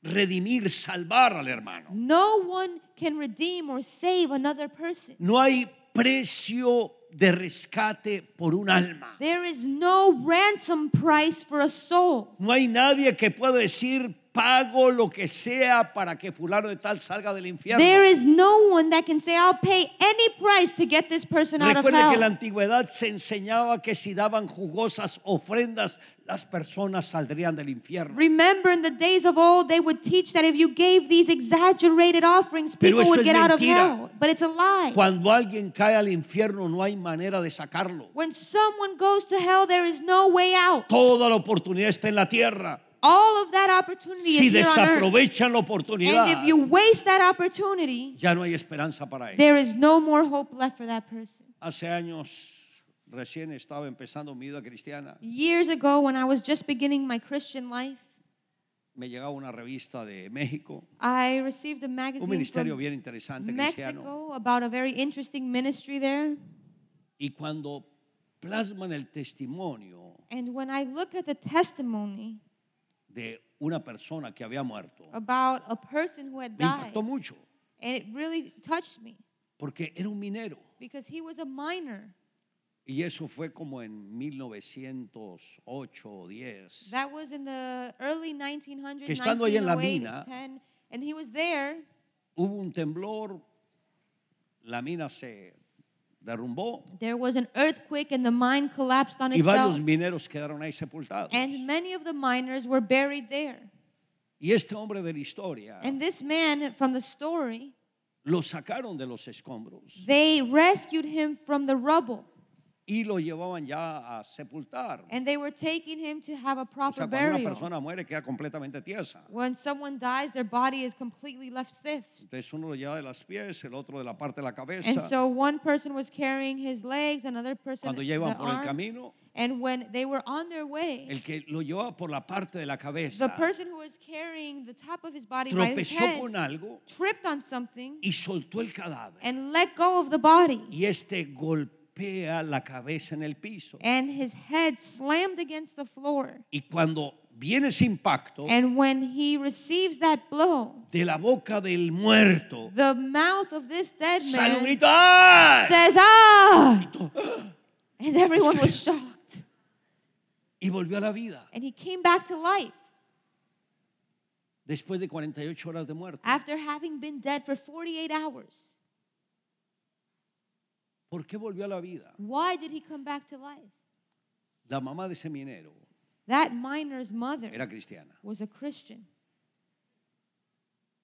Speaker 1: redimir, salvar al hermano.
Speaker 2: No one can redeem or save another person.
Speaker 1: No hay precio de rescate por un alma.
Speaker 2: There is no ransom price for a soul.
Speaker 1: No hay nadie que pueda decir pago lo que sea para que fulano de tal salga del infierno.
Speaker 2: There is no one that can say, I'll pay any price to get this person out of
Speaker 1: Recuerde que en la
Speaker 2: hell.
Speaker 1: antigüedad se enseñaba que si daban jugosas ofrendas, las personas saldrían del infierno.
Speaker 2: Remember, in the days of old, they would teach that if you gave these exaggerated offerings,
Speaker 1: Pero
Speaker 2: people
Speaker 1: eso
Speaker 2: would
Speaker 1: es
Speaker 2: get out of
Speaker 1: mentira.
Speaker 2: hell. But it's a lie.
Speaker 1: Cuando alguien cae al infierno no hay manera de sacarlo.
Speaker 2: When someone goes to hell, there is no way out.
Speaker 1: Toda la oportunidad está en la tierra.
Speaker 2: All of that opportunity
Speaker 1: Si
Speaker 2: is here on earth.
Speaker 1: desaprovechan la oportunidad,
Speaker 2: And if you waste that opportunity,
Speaker 1: ya no hay esperanza para ellos.
Speaker 2: there is no more hope left for that person.
Speaker 1: Hace años recién estaba empezando mi vida cristiana
Speaker 2: Years ago, when I was just beginning my Christian life,
Speaker 1: me llegaba una revista de México,
Speaker 2: I received a
Speaker 1: un
Speaker 2: magazine
Speaker 1: ministerio
Speaker 2: from
Speaker 1: bien interesante cristiano.
Speaker 2: Mexico about a very interesting ministry there.
Speaker 1: Y cuando plasman el testimonio
Speaker 2: And when I looked at the testimony
Speaker 1: de una persona que había muerto,
Speaker 2: about a person who had
Speaker 1: me
Speaker 2: died,
Speaker 1: impactó mucho,
Speaker 2: and it really touched me
Speaker 1: porque era un minero.
Speaker 2: because he was a minor.
Speaker 1: Y eso fue como en 1908 o 10.
Speaker 2: That was in the early 1900s,
Speaker 1: Que estando ahí en la
Speaker 2: 1908,
Speaker 1: mina-
Speaker 2: 10, and he was there.
Speaker 1: Hubo un temblor, la mina se derrumbó
Speaker 2: There was an earthquake, and the mine collapsed on
Speaker 1: y varios
Speaker 2: itself,
Speaker 1: mineros quedaron ahí sepultados.
Speaker 2: and many of the miners were buried there.
Speaker 1: Y este hombre de la historia
Speaker 2: And this man from the story,
Speaker 1: lo sacaron de los escombros
Speaker 2: they rescued him from the rubble,
Speaker 1: y lo llevaban ya a sepultar.
Speaker 2: and they were taking him to have a
Speaker 1: O
Speaker 2: proper
Speaker 1: sea, cuando una
Speaker 2: burial.
Speaker 1: persona muere queda completamente tiesa.
Speaker 2: When someone dies, their body is completely left stiff.
Speaker 1: Entonces uno lo lleva de las pies, el otro de la parte de la
Speaker 2: And
Speaker 1: cabeza.
Speaker 2: so one person was carrying his legs, another person
Speaker 1: Cuando ya iban
Speaker 2: the
Speaker 1: por el
Speaker 2: arms.
Speaker 1: camino.
Speaker 2: and when they were on their way,
Speaker 1: El que lo llevaba por la parte de la
Speaker 2: the
Speaker 1: cabeza
Speaker 2: person who was carrying the top of his body by his
Speaker 1: tropezó
Speaker 2: head
Speaker 1: con algo
Speaker 2: tripped on something
Speaker 1: y soltó el cadáver.
Speaker 2: and let go of the body,
Speaker 1: Y este golpea la cabeza en el piso.
Speaker 2: and his head slammed against the floor.
Speaker 1: Y cuando viene ese impacto
Speaker 2: And when he receives that blow,
Speaker 1: de la boca del muerto,
Speaker 2: the mouth of this dead
Speaker 1: sale un
Speaker 2: man
Speaker 1: grito. ¡Ay!
Speaker 2: says, "Ah!" And everyone was shocked.
Speaker 1: Y volvió a la vida
Speaker 2: And he came back to life
Speaker 1: después de 48 horas de muerte.
Speaker 2: after having been dead for 48 hours.
Speaker 1: ¿Por qué volvió a la vida?
Speaker 2: Why did he come back to life?
Speaker 1: La mamá de ese minero
Speaker 2: That miner's mother
Speaker 1: era cristiana
Speaker 2: was a Christian,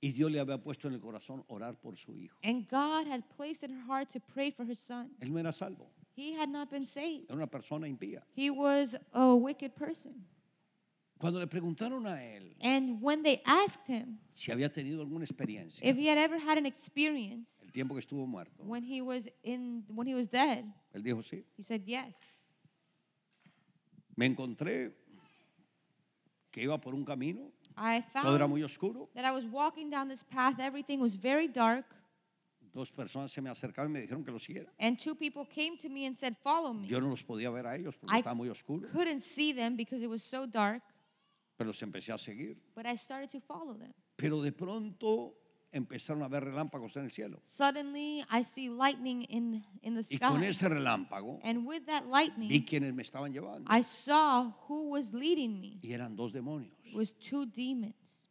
Speaker 1: y Dios le había puesto en el corazón orar por su hijo.
Speaker 2: and God had placed in her heart to pray for her son.
Speaker 1: Él no era salvo,
Speaker 2: He had not been saved,
Speaker 1: era una persona impía.
Speaker 2: he was a wicked person.
Speaker 1: Cuando le preguntaron a él
Speaker 2: And when they asked him
Speaker 1: si había tenido alguna experiencia
Speaker 2: if he had ever had an experience
Speaker 1: el tiempo que estuvo muerto,
Speaker 2: when he was in when he was dead,
Speaker 1: él dijo sí.
Speaker 2: he said yes.
Speaker 1: Me encontré que iba por un camino,
Speaker 2: I
Speaker 1: todo era
Speaker 2: found
Speaker 1: muy oscuro.
Speaker 2: that I was walking down this path, everything was very dark,
Speaker 1: Dos personas se me acercaron y me dijeron que lo siguiera.
Speaker 2: and two people came to me and said, "Follow me."
Speaker 1: Yo no los podía ver a ellos porque
Speaker 2: I
Speaker 1: estaba muy oscuro,
Speaker 2: couldn't see them because it was so dark,
Speaker 1: pero los empecé a seguir.
Speaker 2: but I started to follow them.
Speaker 1: Pero de pronto empezaron a ver relámpagos en el cielo.
Speaker 2: Suddenly, I see lightning in, in the
Speaker 1: Y con
Speaker 2: sky.
Speaker 1: ese relámpago
Speaker 2: And with that
Speaker 1: vi
Speaker 2: lightning,
Speaker 1: quienes me estaban llevando.
Speaker 2: I saw who was leading me.
Speaker 1: Y eran dos demonios.
Speaker 2: It was two demons.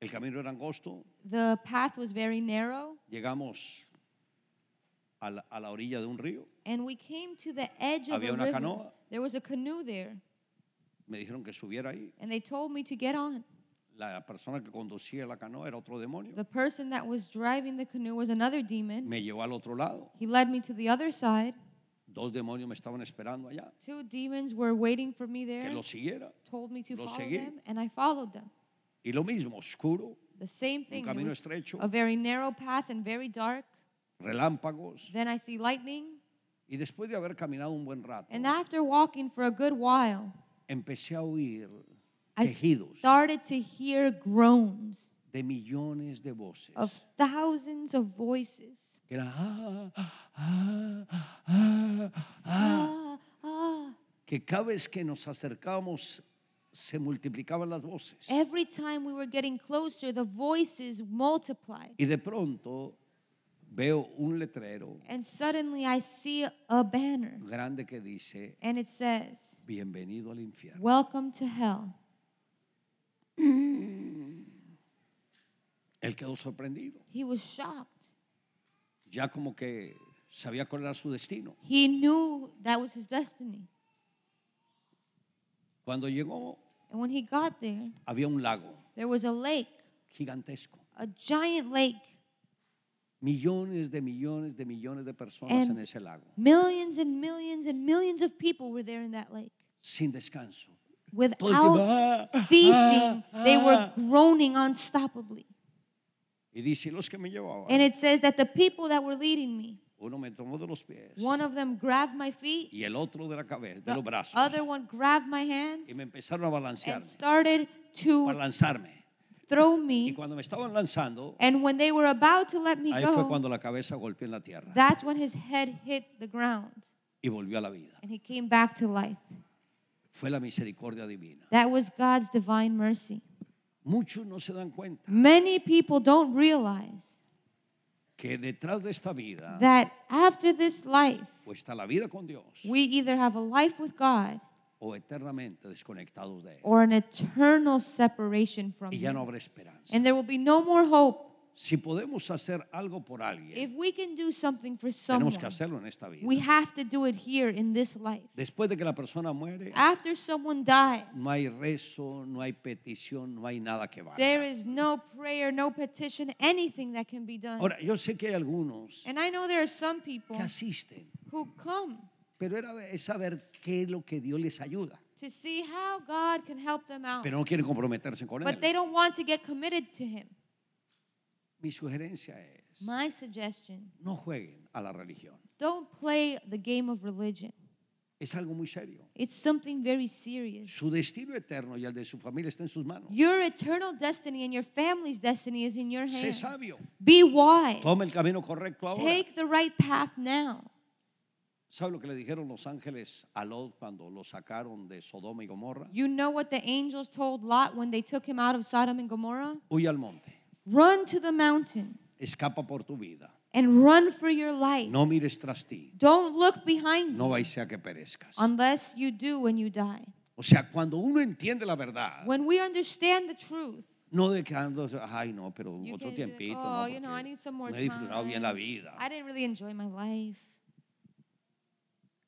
Speaker 1: El camino era angosto.
Speaker 2: The path was very narrow,
Speaker 1: Llegamos a la, a la orilla de un río.
Speaker 2: and we came to the edge of
Speaker 1: Había
Speaker 2: a
Speaker 1: una
Speaker 2: river.
Speaker 1: canoa.
Speaker 2: There was a canoe there,
Speaker 1: Me dijeron que subiera ahí.
Speaker 2: and they told me to get on.
Speaker 1: La persona que conducía la canoa era otro demonio.
Speaker 2: The person that was driving the canoe was another demon.
Speaker 1: Me llevó al otro lado.
Speaker 2: He led me to the other side.
Speaker 1: Dos demonios me estaban esperando allá.
Speaker 2: Two demons were waiting for me
Speaker 1: Que
Speaker 2: there,
Speaker 1: lo siguiera.
Speaker 2: told me to
Speaker 1: lo
Speaker 2: follow
Speaker 1: seguí.
Speaker 2: them, and I followed them.
Speaker 1: Y lo mismo, oscuro,
Speaker 2: The same thing. It
Speaker 1: camino
Speaker 2: was
Speaker 1: estrecho.
Speaker 2: a very narrow path and very dark.
Speaker 1: relámpagos.
Speaker 2: Then I see lightning.
Speaker 1: Y después de haber caminado un buen rato,
Speaker 2: And after walking for a good while,
Speaker 1: empecé a oír
Speaker 2: I
Speaker 1: quejidos
Speaker 2: started to hear groans
Speaker 1: de millones de voces.
Speaker 2: of thousands of voices.
Speaker 1: Que era, "Ah, ah, ah, ah",
Speaker 2: Ah, ah.
Speaker 1: que cada vez que nos acercamos se multiplicaban las voces.
Speaker 2: Every time we were getting closer, the voices multiplied.
Speaker 1: Y de pronto veo un letrero
Speaker 2: And suddenly I see a banner,
Speaker 1: grande que dice,
Speaker 2: and it says,
Speaker 1: bienvenido al infierno.
Speaker 2: Welcome to hell.
Speaker 1: Él quedó sorprendido,
Speaker 2: He was shocked.
Speaker 1: ya como que sabía cuál era su destino.
Speaker 2: He knew that was his destiny.
Speaker 1: Cuando llegó
Speaker 2: And when he got there,
Speaker 1: había un lago
Speaker 2: there was a lake,
Speaker 1: gigantesco.
Speaker 2: a giant lake.
Speaker 1: Millones de millones de millones de personas
Speaker 2: And
Speaker 1: en ese lago,
Speaker 2: millions and millions and millions of people were there in that lake.
Speaker 1: sin descanso. Todo el tiempo,
Speaker 2: Without
Speaker 1: "Ah, ah,
Speaker 2: ceasing, they were
Speaker 1: ah".
Speaker 2: groaning unstoppably.
Speaker 1: Y dice, los que me llevaban
Speaker 2: And it says that the people that were leading me,
Speaker 1: Uno me tomó de los pies
Speaker 2: One of them grabbed my feet,
Speaker 1: y el otro de la cabeza, de
Speaker 2: the
Speaker 1: los brazos.
Speaker 2: other one grabbed my hands,
Speaker 1: Y me empezaron a
Speaker 2: and
Speaker 1: balancearme,
Speaker 2: started
Speaker 1: para
Speaker 2: to
Speaker 1: lanzarme.
Speaker 2: throw
Speaker 1: Y
Speaker 2: me.
Speaker 1: cuando me estaban lanzando,
Speaker 2: And when they were about to let me
Speaker 1: ahí fue
Speaker 2: go,
Speaker 1: cuando la cabeza golpeó en la tierra
Speaker 2: that's when his head hit the ground
Speaker 1: y volvió a la vida.
Speaker 2: and he came back to life.
Speaker 1: Fue la misericordia divina.
Speaker 2: That was God's divine mercy.
Speaker 1: Muchos no se dan cuenta
Speaker 2: Many people don't realize
Speaker 1: que detrás de esta vida
Speaker 2: that after this life,
Speaker 1: o está la vida con Dios
Speaker 2: we either have a life with God
Speaker 1: o eternamente desconectados de Él.
Speaker 2: or an eternal separation from
Speaker 1: Y ya no
Speaker 2: Him.
Speaker 1: habrá esperanza.
Speaker 2: And there will be no more hope.
Speaker 1: Si podemos hacer algo por alguien,
Speaker 2: If we can do something for someone,
Speaker 1: tenemos que hacerlo en esta vida.
Speaker 2: we have to do it here in this life.
Speaker 1: Después de que la persona muere,
Speaker 2: After someone dies,
Speaker 1: no hay rezo, no hay petición, no hay nada que valga.
Speaker 2: there is no prayer, no petition, anything that can be done.
Speaker 1: Ahora, yo sé que hay algunos
Speaker 2: And I know there are some people
Speaker 1: que asisten,
Speaker 2: who come
Speaker 1: pero era, es saber qué es lo que Dios les ayuda.
Speaker 2: to see how God can help them out,
Speaker 1: Pero no quieren comprometerse con
Speaker 2: but they
Speaker 1: Él.
Speaker 2: don't want to get committed to Him.
Speaker 1: Mi sugerencia es,
Speaker 2: My suggestion
Speaker 1: no jueguen a la religión.
Speaker 2: don't play the game of religion.
Speaker 1: Es algo muy serio.
Speaker 2: It's something very serious.
Speaker 1: Su destino eterno y el de su familia está en sus manos.
Speaker 2: Your eternal destiny and your family's destiny is in your
Speaker 1: Sé
Speaker 2: hands.
Speaker 1: sabio.
Speaker 2: Be wise.
Speaker 1: Tome el camino correcto ahora.
Speaker 2: Take the right path now.
Speaker 1: ¿Sabe lo que le dijeron los ángeles a Lot cuando lo sacaron de Sodoma y Gomorra?
Speaker 2: You know what the angels told Lot when they took him out of Sodom and Gomorrah?
Speaker 1: Huye al monte,
Speaker 2: Run to the mountain
Speaker 1: escapa por tu vida,
Speaker 2: and run for your life.
Speaker 1: no mires tras ti,
Speaker 2: Don't look behind
Speaker 1: no
Speaker 2: you
Speaker 1: vais a que perezcas.
Speaker 2: unless you do when you die.
Speaker 1: O sea, cuando uno entiende la verdad,
Speaker 2: When we understand the truth,
Speaker 1: no de que ando, ay no, pero
Speaker 2: you
Speaker 1: otro
Speaker 2: can't be like,
Speaker 1: tiempito, no,
Speaker 2: oh, you know, I
Speaker 1: porque
Speaker 2: need some more
Speaker 1: no he
Speaker 2: time.
Speaker 1: disfrutado bien la vida.
Speaker 2: I didn't really enjoy my life.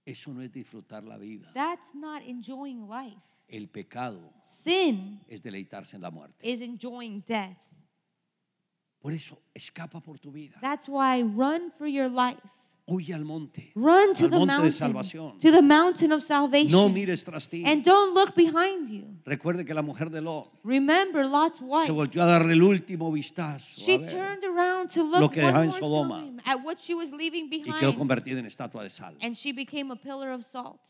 Speaker 1: Eso no es disfrutar la vida.
Speaker 2: That's not enjoying life.
Speaker 1: El pecado
Speaker 2: Sin
Speaker 1: es deleitarse en la muerte.
Speaker 2: is enjoying death.
Speaker 1: Por eso, escapa por tu vida,
Speaker 2: That's why run for your life.
Speaker 1: huye al monte,
Speaker 2: Run to
Speaker 1: al monte
Speaker 2: the
Speaker 1: de
Speaker 2: mountain,
Speaker 1: salvación,
Speaker 2: to the mountain of salvation.
Speaker 1: no mires tras ti.
Speaker 2: And don't look behind you.
Speaker 1: Recuerde que la mujer de Lot
Speaker 2: Remember Lot's
Speaker 1: se
Speaker 2: wife.
Speaker 1: volvió a darle el último vistazo a
Speaker 2: She
Speaker 1: ver,
Speaker 2: turned around to
Speaker 1: lo
Speaker 2: look
Speaker 1: que
Speaker 2: one
Speaker 1: dejaba en
Speaker 2: more
Speaker 1: Sodoma.
Speaker 2: time at what she was leaving
Speaker 1: y quedó
Speaker 2: behind,
Speaker 1: convertida en estatua de sal.
Speaker 2: and she became a pillar of salt.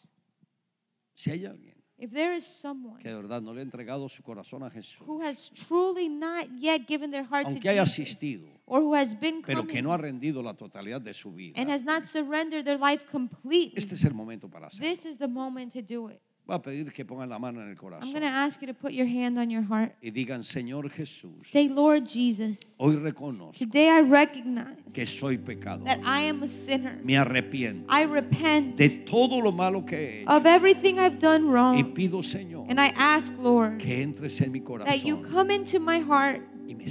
Speaker 1: Si hay alguien
Speaker 2: If there is someone
Speaker 1: que de verdad no le ha entregado su corazón a Jesús,
Speaker 2: who has truly not yet given their heart to
Speaker 1: Aunque haya
Speaker 2: Jesus,
Speaker 1: asistido,
Speaker 2: or who has been
Speaker 1: pero que no ha
Speaker 2: coming
Speaker 1: rendido la totalidad de su vida,
Speaker 2: and has not surrendered their life completely,
Speaker 1: este es el momento para hacerlo.
Speaker 2: this is the moment to do it.
Speaker 1: Va a pedir que pongan la mano en el
Speaker 2: I'm
Speaker 1: corazón
Speaker 2: going to ask you to put your hand on your heart.
Speaker 1: y digan, Señor Jesús,
Speaker 2: Say, Lord Jesus,
Speaker 1: hoy reconozco
Speaker 2: today I recognize
Speaker 1: que soy pecador.
Speaker 2: that I am a sinner.
Speaker 1: Me arrepiento
Speaker 2: I repent
Speaker 1: de todo lo malo que he hecho
Speaker 2: of everything I've done
Speaker 1: y
Speaker 2: wrong.
Speaker 1: pido, Señor,
Speaker 2: And I ask, Lord,
Speaker 1: que entres en mi
Speaker 2: that you
Speaker 1: corazón
Speaker 2: come into my heart
Speaker 1: y me
Speaker 2: and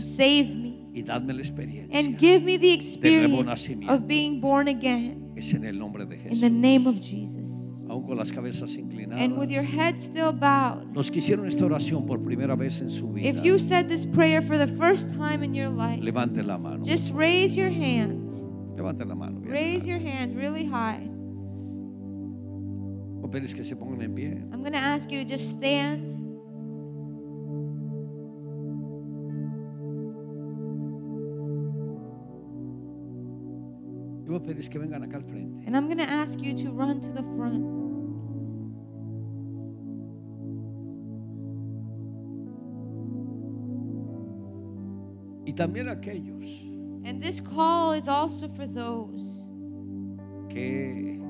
Speaker 1: salves
Speaker 2: save me
Speaker 1: y dadme la experiencia.
Speaker 2: and give me the experience
Speaker 1: nacimiento.
Speaker 2: of being born again
Speaker 1: Es en el nombre de
Speaker 2: in the
Speaker 1: Jesús.
Speaker 2: name of Jesus.
Speaker 1: Aún con las cabezas
Speaker 2: And with
Speaker 1: inclinadas.
Speaker 2: your head still bowed,
Speaker 1: Los que hicieron esta oración por primera vez en su vida,
Speaker 2: if you said this prayer for the first time in your life,
Speaker 1: levanten la mano.
Speaker 2: just raise your hand.
Speaker 1: Levanten la mano. bien
Speaker 2: Raise
Speaker 1: alto.
Speaker 2: your hand really high.
Speaker 1: Voy a pedirles que se pongan en pie.
Speaker 2: I'm going to ask you to just stand.
Speaker 1: Yo voy a pedirles que vengan acá al frente.
Speaker 2: And I'm going to ask you to run to the front.
Speaker 1: Y también aquellos
Speaker 2: And this call is also for those
Speaker 1: que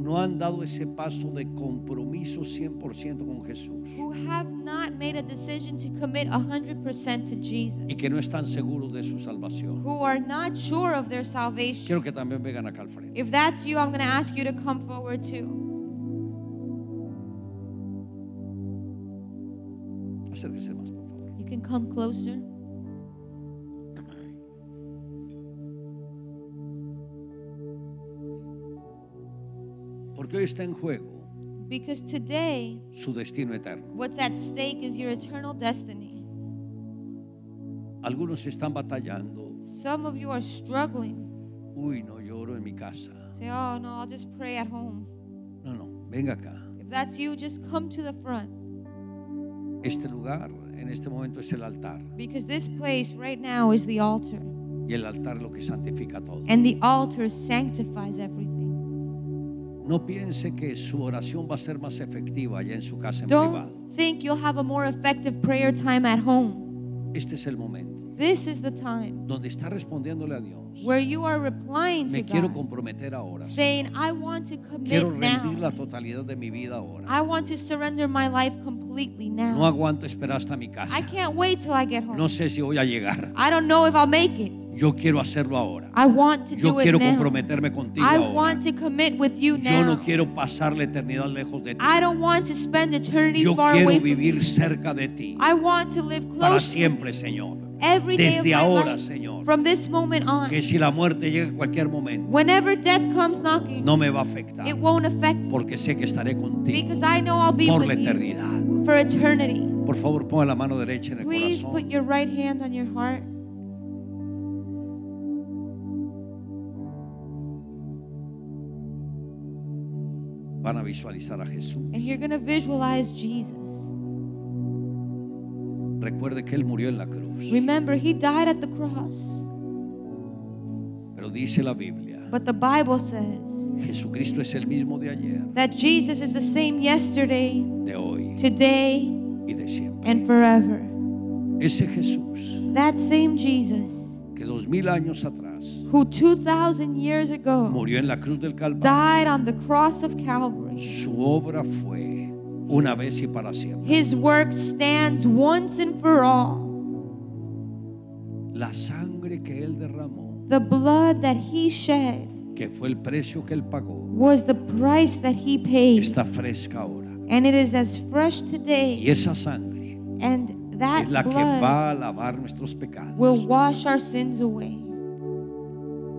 Speaker 1: no han dado ese paso de compromiso 100% con Jesús
Speaker 2: who have not made a decision to commit 100% to Jesus,
Speaker 1: y que no están seguros de su salvación.
Speaker 2: who are not sure of their salvation.
Speaker 1: Quiero que también vengan acá al frente.
Speaker 2: If that's you, I'm going to ask you to come forward too.
Speaker 1: Acérquese más, por favor.
Speaker 2: You can come closer.
Speaker 1: Porque hoy está en juego
Speaker 2: Because today,
Speaker 1: su destino eterno.
Speaker 2: what's at stake is your eternal destiny.
Speaker 1: Algunos están batallando.
Speaker 2: Some of you are struggling.
Speaker 1: Uy, no lloro en mi casa.
Speaker 2: Say, oh no, I'll just pray at home.
Speaker 1: No, no, venga acá.
Speaker 2: If that's you, just come to the front.
Speaker 1: Este lugar en este momento es el altar.
Speaker 2: Because this place right now is the altar.
Speaker 1: Y el altar lo que santifica todo.
Speaker 2: and the altar sanctifies everything.
Speaker 1: No piense que su oración va a ser más efectiva allá en su casa en privado.
Speaker 2: Don't think you'll have a more effective prayer time at home.
Speaker 1: Este es el momento
Speaker 2: This is the time
Speaker 1: donde está respondiéndole a Dios.
Speaker 2: where you are replying to
Speaker 1: Me quiero
Speaker 2: God,
Speaker 1: comprometer ahora.
Speaker 2: saying, I want to
Speaker 1: Quiero
Speaker 2: commit
Speaker 1: rendir la
Speaker 2: now.
Speaker 1: totalidad de mi vida ahora.
Speaker 2: I want to surrender my life completely
Speaker 1: No
Speaker 2: now.
Speaker 1: aguanto esperar hasta mi
Speaker 2: I
Speaker 1: casa.
Speaker 2: can't wait till I get
Speaker 1: No
Speaker 2: home.
Speaker 1: sé si voy a llegar.
Speaker 2: I don't know if I'll make it.
Speaker 1: Yo quiero hacerlo ahora.
Speaker 2: I want to
Speaker 1: Yo
Speaker 2: do it
Speaker 1: quiero
Speaker 2: now.
Speaker 1: comprometerme contigo
Speaker 2: I
Speaker 1: ahora.
Speaker 2: want to commit with you
Speaker 1: Yo
Speaker 2: now.
Speaker 1: no quiero pasar la eternidad lejos de ti.
Speaker 2: I don't want to spend eternity
Speaker 1: Yo
Speaker 2: far
Speaker 1: quiero
Speaker 2: away from
Speaker 1: vivir cerca de ti
Speaker 2: I want to live
Speaker 1: para
Speaker 2: close to you
Speaker 1: siempre, Señor.
Speaker 2: every day of
Speaker 1: Desde
Speaker 2: my
Speaker 1: ahora,
Speaker 2: life.
Speaker 1: Señor.
Speaker 2: From this moment on,
Speaker 1: Que si la muerte llega en cualquier momento,
Speaker 2: whenever death comes knocking,
Speaker 1: no me va a afectar
Speaker 2: it won't affect me
Speaker 1: porque sé que estaré contigo
Speaker 2: because I know I'll be
Speaker 1: por
Speaker 2: with
Speaker 1: la
Speaker 2: you
Speaker 1: eternidad.
Speaker 2: for eternity.
Speaker 1: Por favor, ponga la mano derecha en el
Speaker 2: Please put
Speaker 1: corazón.
Speaker 2: your right hand on your heart.
Speaker 1: Van a visualizar a Jesús.
Speaker 2: And you're going to visualize Jesus.
Speaker 1: Recuerde que Él murió en la cruz.
Speaker 2: Remember, he died at the cross.
Speaker 1: Pero dice la Biblia,
Speaker 2: But the Bible says
Speaker 1: Jesucristo es el mismo de ayer,
Speaker 2: that Jesus is the same yesterday,
Speaker 1: de hoy
Speaker 2: today,
Speaker 1: y de siempre.
Speaker 2: and forever.
Speaker 1: Ese Jesús
Speaker 2: That same Jesus
Speaker 1: que dos mil años atrás
Speaker 2: who 2,000 years ago
Speaker 1: murió en la cruz del Calvario,
Speaker 2: died on the cross of Calvary,
Speaker 1: su obra fue una vez y para siempre.
Speaker 2: his work stands once and for all.
Speaker 1: La sangre que Él derramó,
Speaker 2: The blood that he shed
Speaker 1: que fue el precio que Él pagó,
Speaker 2: was the price that he paid,
Speaker 1: está fresca ahora.
Speaker 2: and it is as fresh today.
Speaker 1: Y esa sangre
Speaker 2: And that
Speaker 1: es la que
Speaker 2: blood
Speaker 1: va a lavar nuestros pecados.
Speaker 2: will wash our sins away.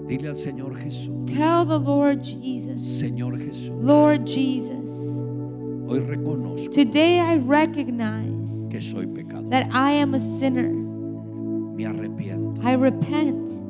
Speaker 1: Dile al Señor Jesús,
Speaker 2: Tell the Lord Jesus,
Speaker 1: Señor Jesús,
Speaker 2: Lord Jesus,
Speaker 1: hoy reconozco
Speaker 2: today I recognize
Speaker 1: que soy pecador.
Speaker 2: that I am a sinner.
Speaker 1: Me arrepiento.
Speaker 2: I repent.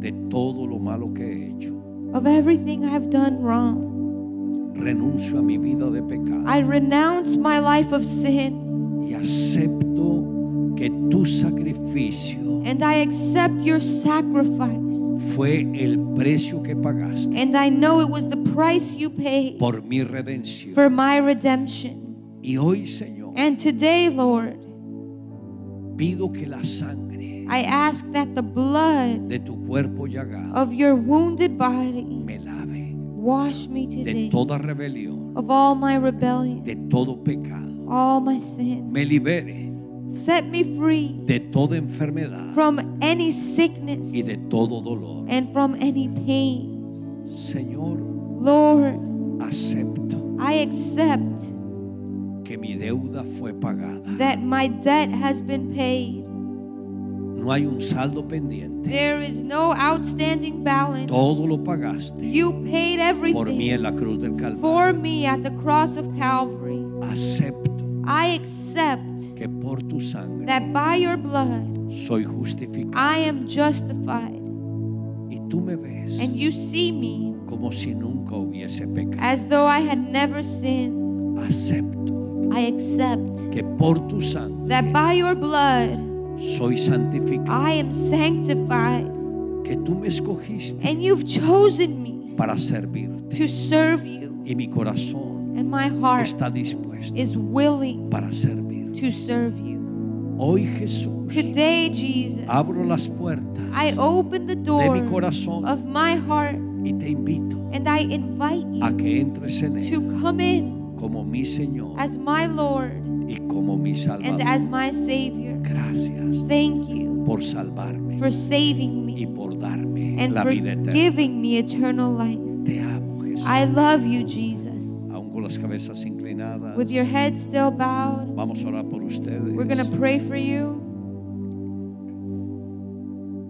Speaker 1: de todo lo malo que he hecho.
Speaker 2: of everything I've done wrong.
Speaker 1: Renuncio a mi vida de pecado
Speaker 2: I renounce my life of sin
Speaker 1: y acepto que tu sacrificio
Speaker 2: and I accept your sacrifice.
Speaker 1: fue el precio que pagaste
Speaker 2: And I know it was the price you paid
Speaker 1: por mi redención.
Speaker 2: for my redemption.
Speaker 1: Y hoy, Señor,
Speaker 2: And today, Lord,
Speaker 1: pido que la sangre
Speaker 2: I ask that the blood
Speaker 1: de tu cuerpo llagado
Speaker 2: of your wounded body
Speaker 1: me lave
Speaker 2: wash me
Speaker 1: de
Speaker 2: today
Speaker 1: toda rebelión,
Speaker 2: of all my rebellion,
Speaker 1: de todo pecado.
Speaker 2: all my sin.
Speaker 1: Me libere
Speaker 2: Set me free
Speaker 1: de toda enfermedad
Speaker 2: from any sickness
Speaker 1: y de todo dolor.
Speaker 2: and from any pain.
Speaker 1: Señor,
Speaker 2: Lord,
Speaker 1: acepto
Speaker 2: I accept
Speaker 1: que mi deuda fue pagada.
Speaker 2: that my debt has been paid.
Speaker 1: No hay un saldo pendiente.
Speaker 2: There is no outstanding balance.
Speaker 1: Todo lo pagaste
Speaker 2: You paid
Speaker 1: por mí
Speaker 2: everything
Speaker 1: en la cruz del Calvario.
Speaker 2: for me at the cross of Calvary.
Speaker 1: Acepto
Speaker 2: I accept
Speaker 1: que por tu sangre
Speaker 2: that by your blood
Speaker 1: soy justificado.
Speaker 2: I am justified.
Speaker 1: Y tú me ves
Speaker 2: And you see me
Speaker 1: como si nunca hubiese pecado.
Speaker 2: as though I had never sinned.
Speaker 1: Acepto
Speaker 2: I accept
Speaker 1: que por tu sangre
Speaker 2: that by your blood
Speaker 1: soy santificado.
Speaker 2: I am sanctified.
Speaker 1: Que tú me escogiste
Speaker 2: And you've chosen me
Speaker 1: para servirte.
Speaker 2: to serve you.
Speaker 1: Y mi corazón
Speaker 2: And my heart
Speaker 1: está dispuesto
Speaker 2: is willing
Speaker 1: para servir.
Speaker 2: to serve you.
Speaker 1: Hoy Jesús,
Speaker 2: Today, Jesus,
Speaker 1: abro las puertas
Speaker 2: I open the
Speaker 1: de mi
Speaker 2: door
Speaker 1: corazón
Speaker 2: of my heart
Speaker 1: y te invito
Speaker 2: and I invite
Speaker 1: a
Speaker 2: you
Speaker 1: que entres en él
Speaker 2: to come in
Speaker 1: como mi Señor.
Speaker 2: as my Lord
Speaker 1: y como mi
Speaker 2: and
Speaker 1: Salvador.
Speaker 2: as my Savior.
Speaker 1: Gracias
Speaker 2: Thank you
Speaker 1: por salvarme
Speaker 2: for saving
Speaker 1: y
Speaker 2: me
Speaker 1: por darme
Speaker 2: and
Speaker 1: la
Speaker 2: for
Speaker 1: vida eterna.
Speaker 2: giving me eternal life.
Speaker 1: Te amo, Jesús.
Speaker 2: I love you, Jesus.
Speaker 1: Aún con las cabezas inclinadas,
Speaker 2: With your head still bowed,
Speaker 1: vamos a orar por ustedes.
Speaker 2: we're going to pray for you.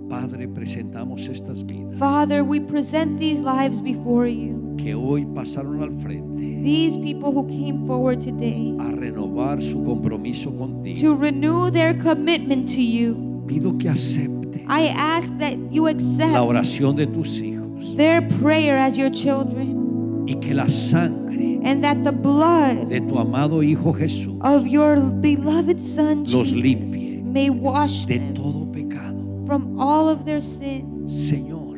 Speaker 1: Padre, presentamos estas vidas
Speaker 2: Father, we present these lives before you.
Speaker 1: que hoy pasaron al frente
Speaker 2: These people who came forward today
Speaker 1: a renovar su compromiso contigo.
Speaker 2: to renew their commitment to you.
Speaker 1: Pido que acepte
Speaker 2: I ask that you
Speaker 1: la
Speaker 2: accept
Speaker 1: oración de tus hijos
Speaker 2: their prayer as your children
Speaker 1: y que la sangre
Speaker 2: and that the blood
Speaker 1: de tu amado Hijo Jesús
Speaker 2: of your beloved son
Speaker 1: Los
Speaker 2: Jesus
Speaker 1: limpie
Speaker 2: may wash
Speaker 1: de
Speaker 2: them
Speaker 1: todo pecado
Speaker 2: from all of their sin.
Speaker 1: Señor,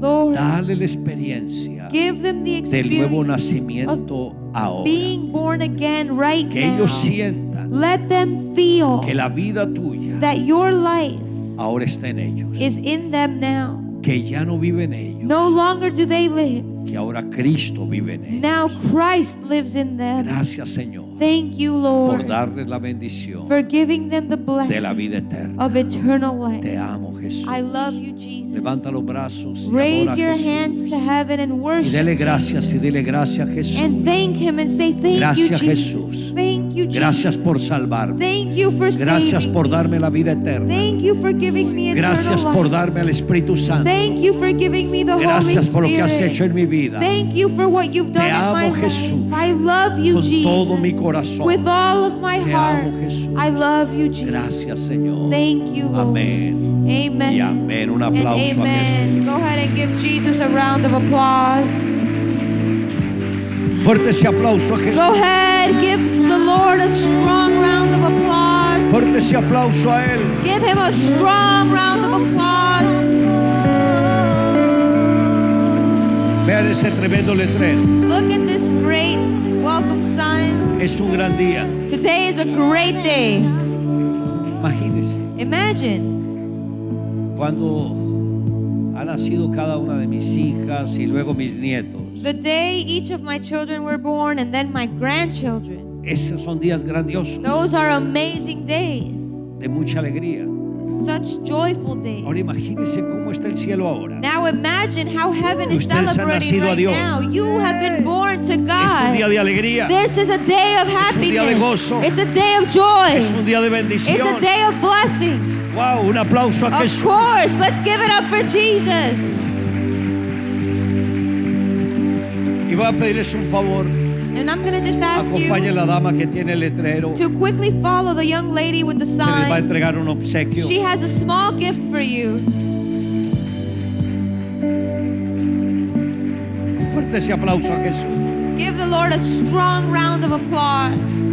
Speaker 2: Lord,
Speaker 1: dale la experiencia
Speaker 2: give them the
Speaker 1: del nuevo
Speaker 2: experience of
Speaker 1: nacimiento ahora.
Speaker 2: being born again right
Speaker 1: Que ellos
Speaker 2: now.
Speaker 1: sientan
Speaker 2: Let them feel
Speaker 1: que la vida tuya
Speaker 2: that your life
Speaker 1: ahora está en ellos.
Speaker 2: is in them now.
Speaker 1: Que ya no viven ellos,
Speaker 2: No longer do they live.
Speaker 1: que ahora Cristo vive en ellos.
Speaker 2: Now Christ lives in them.
Speaker 1: Gracias, Señor,
Speaker 2: Thank you,
Speaker 1: por
Speaker 2: Lord,
Speaker 1: darles la bendición
Speaker 2: for giving them the
Speaker 1: de la
Speaker 2: blessing
Speaker 1: vida eterna.
Speaker 2: of eternal life.
Speaker 1: Te amo, Jesús.
Speaker 2: I love you, Jesus.
Speaker 1: Levanta los brazos. y adora a
Speaker 2: Raise your
Speaker 1: Jesús.
Speaker 2: hands to heaven and
Speaker 1: Y dele
Speaker 2: worship.
Speaker 1: gracias y dile gracias, Jesús.
Speaker 2: And thank Him and say, Thank you,
Speaker 1: Gracias,
Speaker 2: Jesus.
Speaker 1: Jesús.
Speaker 2: Thank you, Jesus.
Speaker 1: Gracias por salvarme.
Speaker 2: Thank you for
Speaker 1: Gracias
Speaker 2: saving
Speaker 1: por
Speaker 2: me.
Speaker 1: darme la vida eterna.
Speaker 2: Thank you for giving me
Speaker 1: Gracias
Speaker 2: eternal
Speaker 1: por
Speaker 2: life.
Speaker 1: darme al Espíritu Santo.
Speaker 2: Thank you for giving me the Holy
Speaker 1: Gracias por lo que has hecho
Speaker 2: Spirit.
Speaker 1: en mi vida.
Speaker 2: Thank you for what you've done
Speaker 1: Te
Speaker 2: in my
Speaker 1: amo, Jesús.
Speaker 2: life. I love you,
Speaker 1: Con
Speaker 2: Jesus.
Speaker 1: todo mi corazón.
Speaker 2: With all of my
Speaker 1: Te
Speaker 2: heart.
Speaker 1: amo, Jesús.
Speaker 2: I love you, Jesus.
Speaker 1: Gracias, Señor.
Speaker 2: Thank you, Lord.
Speaker 1: Amén.
Speaker 2: Amen.
Speaker 1: Y amén. Un
Speaker 2: And
Speaker 1: aplauso a
Speaker 2: amen.
Speaker 1: Jesús.
Speaker 2: Go ahead and give Jesus a round of applause.
Speaker 1: Fuerte ese aplauso a Jesús.
Speaker 2: Go ahead, give the Lord a strong round of applause.
Speaker 1: Fuerte ese aplauso a Él.
Speaker 2: Give him a strong round of applause.
Speaker 1: Vean ese tremendo letrero.
Speaker 2: Look at this great welcome sign.
Speaker 1: Es un gran día.
Speaker 2: Today is a great day.
Speaker 1: Imagínense.
Speaker 2: Imagine
Speaker 1: cuando ha nacido cada una de mis hijas y luego mis nietos.
Speaker 2: the day each of my children were born and then my grandchildren.
Speaker 1: Esos son días grandiosos,
Speaker 2: Those are amazing days.
Speaker 1: de mucha alegría.
Speaker 2: Such joyful
Speaker 1: Ahora
Speaker 2: days.
Speaker 1: imagínense cómo está el cielo ahora.
Speaker 2: Now imagine how heaven is
Speaker 1: Ustedes han
Speaker 2: celebrating
Speaker 1: nacido a
Speaker 2: right
Speaker 1: Dios.
Speaker 2: now. You have been born to
Speaker 1: Es un día
Speaker 2: God.
Speaker 1: de alegría,
Speaker 2: This is a day of
Speaker 1: un día de
Speaker 2: happiness.
Speaker 1: gozo.
Speaker 2: It's a day of joy.
Speaker 1: es un día de
Speaker 2: It's
Speaker 1: bendición.
Speaker 2: a day of blessing.
Speaker 1: Wow, un aplauso a
Speaker 2: Of
Speaker 1: Jesús.
Speaker 2: course, let's give it up for Jesus.
Speaker 1: Y voy a pedirles un favor.
Speaker 2: And I'm gonna just ask
Speaker 1: Acompañe a
Speaker 2: you
Speaker 1: la dama que tiene el letrero. Se
Speaker 2: to quickly follow the young lady with the
Speaker 1: les va a
Speaker 2: sign.
Speaker 1: entregar un obsequio.
Speaker 2: She has a small gift for you.
Speaker 1: Fuerte ese aplauso a Jesús.
Speaker 2: Give the Lord a strong round of applause.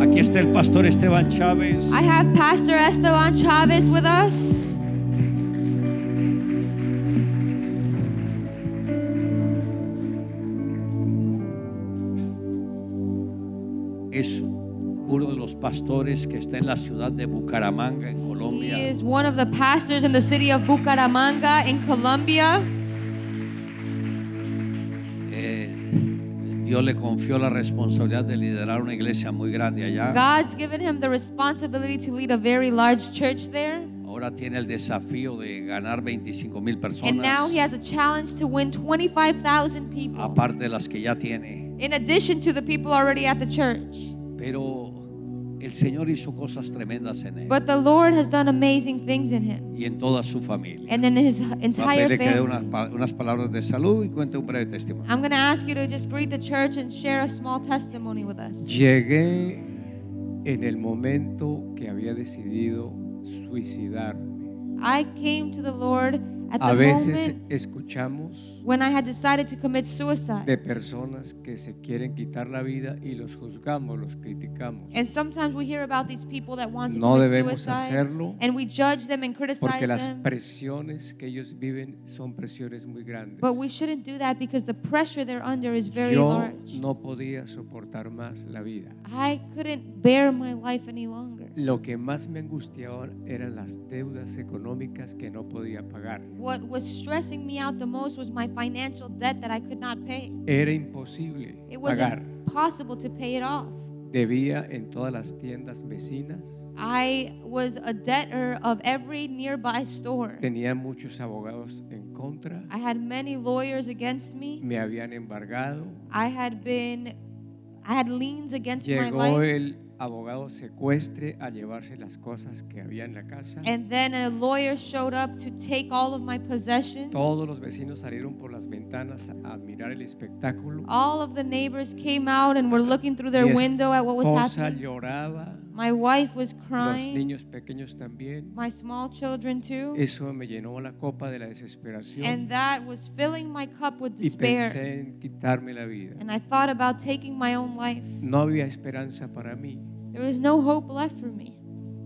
Speaker 1: Aquí está el pastor Esteban Chávez.
Speaker 2: I have Pastor Esteban Chavez with us.
Speaker 1: Es uno de los pastores que está en la ciudad de Bucaramanga, en
Speaker 2: He
Speaker 1: Colombia.
Speaker 2: is one of the pastors in the city of Bucaramanga in Colombia.
Speaker 1: Eh, Dios le confió la responsabilidad de liderar una iglesia muy grande allá.
Speaker 2: God's given him the responsibility to lead a very large church there.
Speaker 1: Ahora tiene el desafío de ganar 25 mil
Speaker 2: And now
Speaker 1: personas,
Speaker 2: he has a challenge to win 25,000 people,
Speaker 1: aparte de las que ya tiene.
Speaker 2: in addition to the people already at the church.
Speaker 1: Pero el Señor hizo cosas tremendas en él
Speaker 2: But the Lord has done amazing things in him
Speaker 1: y en toda su familia.
Speaker 2: and in his
Speaker 3: Mm,
Speaker 1: Va a
Speaker 2: entire
Speaker 1: pedirle que dé
Speaker 2: family.
Speaker 1: unas, pa- unas palabras de salud y cuente un breve testimonio.
Speaker 2: I'm going to ask you to just greet the church and share a small testimony with us.
Speaker 3: Llegué en el momento que había decidido suicidarme.
Speaker 2: I came to the Lord at the
Speaker 3: A veces
Speaker 2: moment
Speaker 3: escuchamos
Speaker 2: when I had decided to commit suicide.
Speaker 3: de personas que se quieren quitar la vida y los juzgamos, los criticamos,
Speaker 2: And sometimes we hear about these people that want to
Speaker 3: No
Speaker 2: commit
Speaker 3: debemos
Speaker 2: suicide,
Speaker 3: hacerlo,
Speaker 2: and we judge them and criticize
Speaker 3: porque las
Speaker 2: them.
Speaker 3: presiones que ellos viven son presiones muy grandes.
Speaker 2: But we shouldn't do that because the pressure they're under is very
Speaker 3: Yo
Speaker 2: large.
Speaker 3: no podía soportar más la vida.
Speaker 2: I couldn't bear my life any longer.
Speaker 3: Lo que más me angustiaba eran las deudas económicas que no podía pagar.
Speaker 2: What was stressing me out the most was my financial debt that I could not pay.
Speaker 3: Era imposible
Speaker 2: It was
Speaker 3: pagar.
Speaker 2: impossible to pay it off.
Speaker 3: debía en todas las tiendas vecinas,
Speaker 2: I was a debtor of every nearby store.
Speaker 3: tenía muchos abogados en contra,
Speaker 2: I had many lawyers against me.
Speaker 3: me habían embargado,
Speaker 2: I had been, I had liens against my
Speaker 3: llegó
Speaker 2: life.
Speaker 3: el abogado secuestre a llevarse las cosas que había en la casa,
Speaker 2: And then a lawyer showed up to take all of my possessions.
Speaker 3: todos los vecinos salieron por las ventanas a mirar el espectáculo,
Speaker 2: All of the neighbors came out and were looking through their
Speaker 3: mi
Speaker 2: window at what was
Speaker 3: esposa
Speaker 2: happening.
Speaker 3: lloraba,
Speaker 2: My wife was
Speaker 3: los
Speaker 2: crying.
Speaker 3: niños pequeños también.
Speaker 2: My small children too.
Speaker 3: Eso me llenó la copa de la desesperación
Speaker 2: And that was filling my cup with
Speaker 3: y
Speaker 2: despair.
Speaker 3: pensé en quitarme la vida.
Speaker 2: And I thought about taking my own life.
Speaker 3: No había esperanza para mí,
Speaker 2: There was no hope left for me.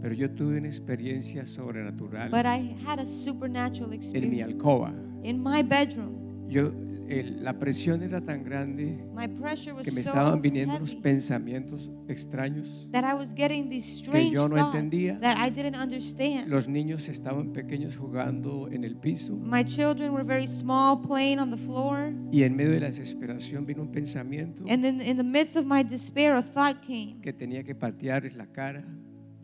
Speaker 3: pero yo tuve una experiencia sobrenatural
Speaker 2: But I had a supernatural
Speaker 3: en mi
Speaker 2: experience.
Speaker 3: alcoba.
Speaker 2: In my bedroom,
Speaker 3: Yo, el- la presión era tan grande
Speaker 2: my pressure was
Speaker 3: que me
Speaker 2: so
Speaker 3: estaban viniendo unos
Speaker 2: heavy
Speaker 3: pensamientos extraños.
Speaker 2: that I was getting these strange
Speaker 3: yo no
Speaker 2: thoughts
Speaker 3: entendía.
Speaker 2: that I didn't understand.
Speaker 3: Los niños estaban pequeños jugando en el piso
Speaker 2: My children were very small, playing on the floor.
Speaker 3: y en medio de la desesperación vino un pensamiento
Speaker 2: And then in the midst of my despair, a thought came
Speaker 3: que tenía que patearles la cara,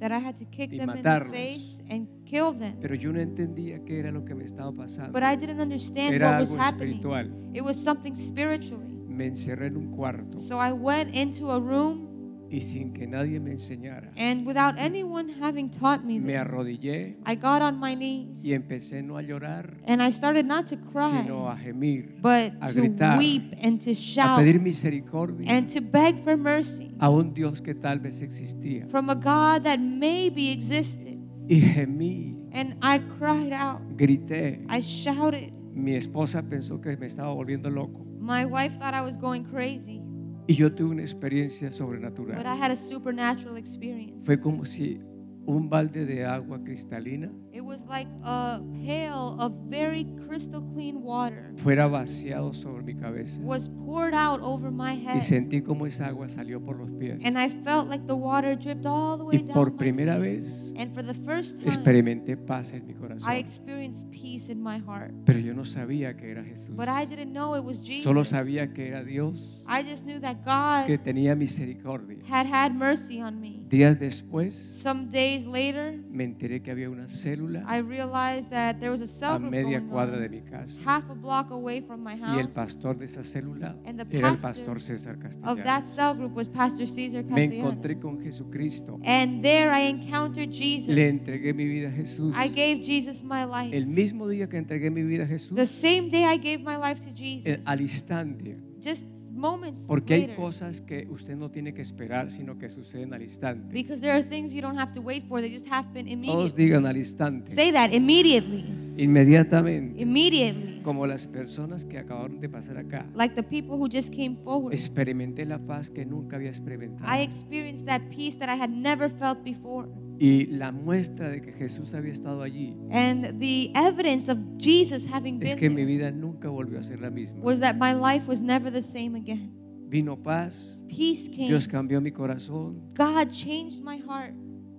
Speaker 2: that I had to kick
Speaker 3: Y
Speaker 2: them in the
Speaker 3: matarlos.
Speaker 2: face and kill them.
Speaker 3: pero yo no entendía qué era lo que me estaba pasando.
Speaker 2: But I didn't understand
Speaker 3: Era
Speaker 2: what was
Speaker 3: algo
Speaker 2: happening.
Speaker 3: espiritual.
Speaker 2: It was something spiritually.
Speaker 3: Me encerré en un cuarto
Speaker 2: So I went into a room
Speaker 3: y sin que nadie me enseñara,
Speaker 2: and without anyone having taught me
Speaker 3: me
Speaker 2: this,
Speaker 3: arrodillé
Speaker 2: I got on my knees
Speaker 3: y empecé no a llorar,
Speaker 2: and I started not to cry,
Speaker 3: sino a gemir,
Speaker 2: but
Speaker 3: a
Speaker 2: to
Speaker 3: gritar,
Speaker 2: weep and to
Speaker 3: a
Speaker 2: shout
Speaker 3: pedir misericordia
Speaker 2: and to beg for mercy
Speaker 3: a un Dios que tal vez existía.
Speaker 2: from a God that maybe existed.
Speaker 3: Y gemí,
Speaker 2: And I cried out.
Speaker 3: grité.
Speaker 2: I shouted.
Speaker 3: Mi esposa pensó que me estaba volviendo loco
Speaker 2: My wife thought I was going crazy,
Speaker 3: y yo tuve una experiencia
Speaker 2: but
Speaker 3: sobrenatural.
Speaker 2: I had a supernatural experience.
Speaker 3: Fue como si un balde de agua cristalina
Speaker 2: It was like a pail of very crystal clean water
Speaker 3: fuera vaciado sobre mi cabeza
Speaker 2: was poured out over my
Speaker 3: y
Speaker 2: head.
Speaker 3: sentí como esa agua salió por los pies.
Speaker 2: And I felt like the water dripped all the way
Speaker 3: Y
Speaker 2: down.
Speaker 3: por
Speaker 2: my
Speaker 3: primera
Speaker 2: feet.
Speaker 3: vez
Speaker 2: and for the first time,
Speaker 3: experimenté paz en mi
Speaker 2: I
Speaker 3: corazón.
Speaker 2: experienced peace in my heart.
Speaker 3: Pero yo no sabía que era Jesús.
Speaker 2: But I didn't know it was Jesus.
Speaker 3: Solo sabía que era Dios
Speaker 2: I just knew that God
Speaker 3: que tenía misericordia.
Speaker 2: had had mercy on me.
Speaker 3: Días después
Speaker 2: Some days later,
Speaker 3: me enteré que había una célula
Speaker 2: I realized that there was a cell
Speaker 3: a
Speaker 2: group
Speaker 3: media
Speaker 2: going
Speaker 3: cuadra
Speaker 2: on,
Speaker 3: de mi casa
Speaker 2: half a block away from my
Speaker 3: y el
Speaker 2: house.
Speaker 3: pastor de esa célula
Speaker 2: And the
Speaker 3: era el
Speaker 2: pastor
Speaker 3: pastor César
Speaker 2: Of
Speaker 3: Castellano.
Speaker 2: that cell group was Pastor Cesar
Speaker 3: Me
Speaker 2: Castellanos.
Speaker 3: encontré con Jesucristo.
Speaker 2: And there I encountered Jesus.
Speaker 3: Le entregué mi vida a Jesús.
Speaker 2: I gave Jesus my life.
Speaker 3: El mismo día que entregué mi vida a
Speaker 2: the
Speaker 3: Jesús,
Speaker 2: same day I gave my life to Jesus.
Speaker 3: eh, al instante.
Speaker 2: just moments
Speaker 3: Porque hay
Speaker 2: later.
Speaker 3: cosas que usted no tiene que esperar, sino que suceden al instante.
Speaker 2: Because there are things you don't have to wait for, they just happen
Speaker 3: Todos
Speaker 2: immediately.
Speaker 3: digan al instante,
Speaker 2: Say that immediately.
Speaker 3: inmediatamente,
Speaker 2: Immediately.
Speaker 3: como las personas que acabaron de pasar acá.
Speaker 2: Like the people who just came forward.
Speaker 3: Experimenté la paz que nunca había
Speaker 2: I
Speaker 3: experimentado.
Speaker 2: experienced that peace that I had never felt before.
Speaker 3: Y la muestra de que Jesús había estado allí
Speaker 2: And the evidence of Jesus having
Speaker 3: es
Speaker 2: been
Speaker 3: que mi
Speaker 2: there
Speaker 3: vida nunca volvió a ser la misma.
Speaker 2: was that my life was never the same again.
Speaker 3: Vino paz,
Speaker 2: Peace came.
Speaker 3: Dios cambió mi corazón,
Speaker 2: God changed my heart,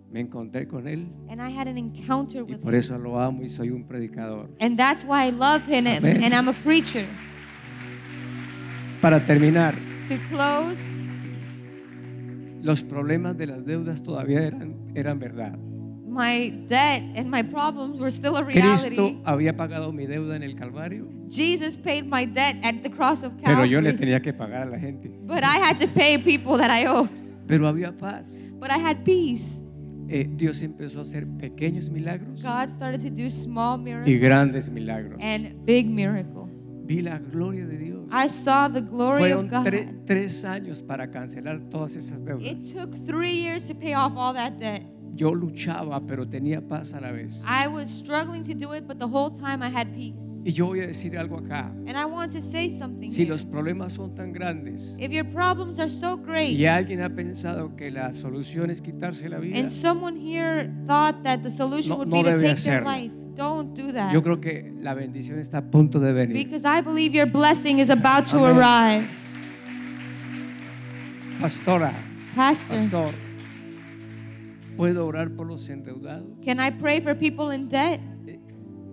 Speaker 3: me encontré con Él
Speaker 2: and I had an encounter
Speaker 3: y
Speaker 2: with
Speaker 3: por
Speaker 2: Him.
Speaker 3: eso lo amo y soy un predicador.
Speaker 2: And that's why I love Him, and-
Speaker 3: Amén.
Speaker 2: and I'm a preacher.
Speaker 3: Para terminar,
Speaker 2: To close,
Speaker 3: los problemas de las deudas todavía eran, eran verdad.
Speaker 2: my debt and my problems were still a reality.
Speaker 3: Cristo había pagado mi deuda en el Calvario,
Speaker 2: Jesus paid my debt at the cross of
Speaker 3: pero yo le
Speaker 2: Calvary.
Speaker 3: tenía que pagar a la gente.
Speaker 2: But I had to pay people that I owed.
Speaker 3: Pero había paz.
Speaker 2: But I had peace.
Speaker 3: Eh, Dios empezó a hacer pequeños milagros
Speaker 2: God started to do small
Speaker 3: y
Speaker 2: miracles
Speaker 3: grandes milagros.
Speaker 2: and big miracles.
Speaker 3: Vi la gloria de Dios.
Speaker 2: I saw the glory
Speaker 3: Fueron
Speaker 2: of God.
Speaker 3: tre- tres años para cancelar todas esas deudas.
Speaker 2: It took three years to pay off all that debt.
Speaker 3: Yo luchaba, pero tenía paz a la vez.
Speaker 2: I was struggling to do it, but the whole time I had peace.
Speaker 3: Y yo voy a decir algo acá.
Speaker 2: And I want to say something.
Speaker 3: Si
Speaker 2: here.
Speaker 3: los problemas son tan grandes
Speaker 2: If your problems are so great,
Speaker 3: y alguien ha pensado que la solución es quitarse la vida,
Speaker 2: and someone here thought that the solution
Speaker 3: No-
Speaker 2: would
Speaker 3: no
Speaker 2: be to
Speaker 3: debe
Speaker 2: take their
Speaker 3: hacerlo.
Speaker 2: life, don't do that.
Speaker 3: yo creo que la bendición está a punto de venir.
Speaker 2: Because I believe your blessing is about to
Speaker 3: Amén.
Speaker 2: arrive.
Speaker 3: Pastora,
Speaker 2: Pastor,
Speaker 3: pastor, ¿puedo orar por los endeudados?
Speaker 2: can I pray for people in debt?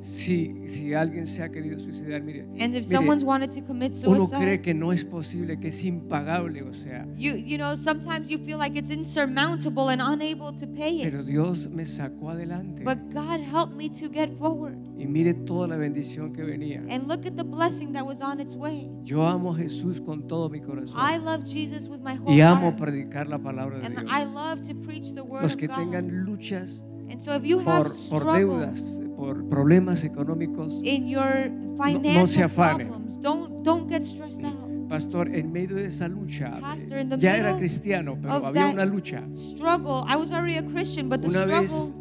Speaker 3: Si, si alguien se ha querido suicidar, mire,
Speaker 2: And if
Speaker 3: mire,
Speaker 2: someone's wanted to commit
Speaker 3: uno cree
Speaker 2: suicide,
Speaker 3: que no es posible, que es impagable, o sea,
Speaker 2: you you know sometimes you feel like it's insurmountable and unable to pay it.
Speaker 3: pero Dios me sacó adelante
Speaker 2: But God helped me to get forward.
Speaker 3: y mire toda la bendición que venía.
Speaker 2: And look at the blessing that was on its way.
Speaker 3: Yo amo a Jesús con todo mi
Speaker 2: I
Speaker 3: corazón
Speaker 2: love Jesus with my whole
Speaker 3: y amo
Speaker 2: heart.
Speaker 3: predicar la palabra de
Speaker 2: And I
Speaker 3: Dios.
Speaker 2: love to preach the word
Speaker 3: Los
Speaker 2: of
Speaker 3: que tengan
Speaker 2: God.
Speaker 3: luchas
Speaker 2: And so if you have
Speaker 3: por, por
Speaker 2: struggles
Speaker 3: deudas, por problemas económicos,
Speaker 2: in your
Speaker 3: no se
Speaker 2: financial
Speaker 3: afane.
Speaker 2: problems, don't don't get stressed out.
Speaker 3: Pastor, en medio de esa lucha,
Speaker 2: Pastor, in the
Speaker 3: ya era
Speaker 2: middle
Speaker 3: cristiano, pero
Speaker 2: of
Speaker 3: había
Speaker 2: that
Speaker 3: una lucha.
Speaker 2: Struggle. I was already a Christian, but the
Speaker 3: Una
Speaker 2: struggle
Speaker 3: vez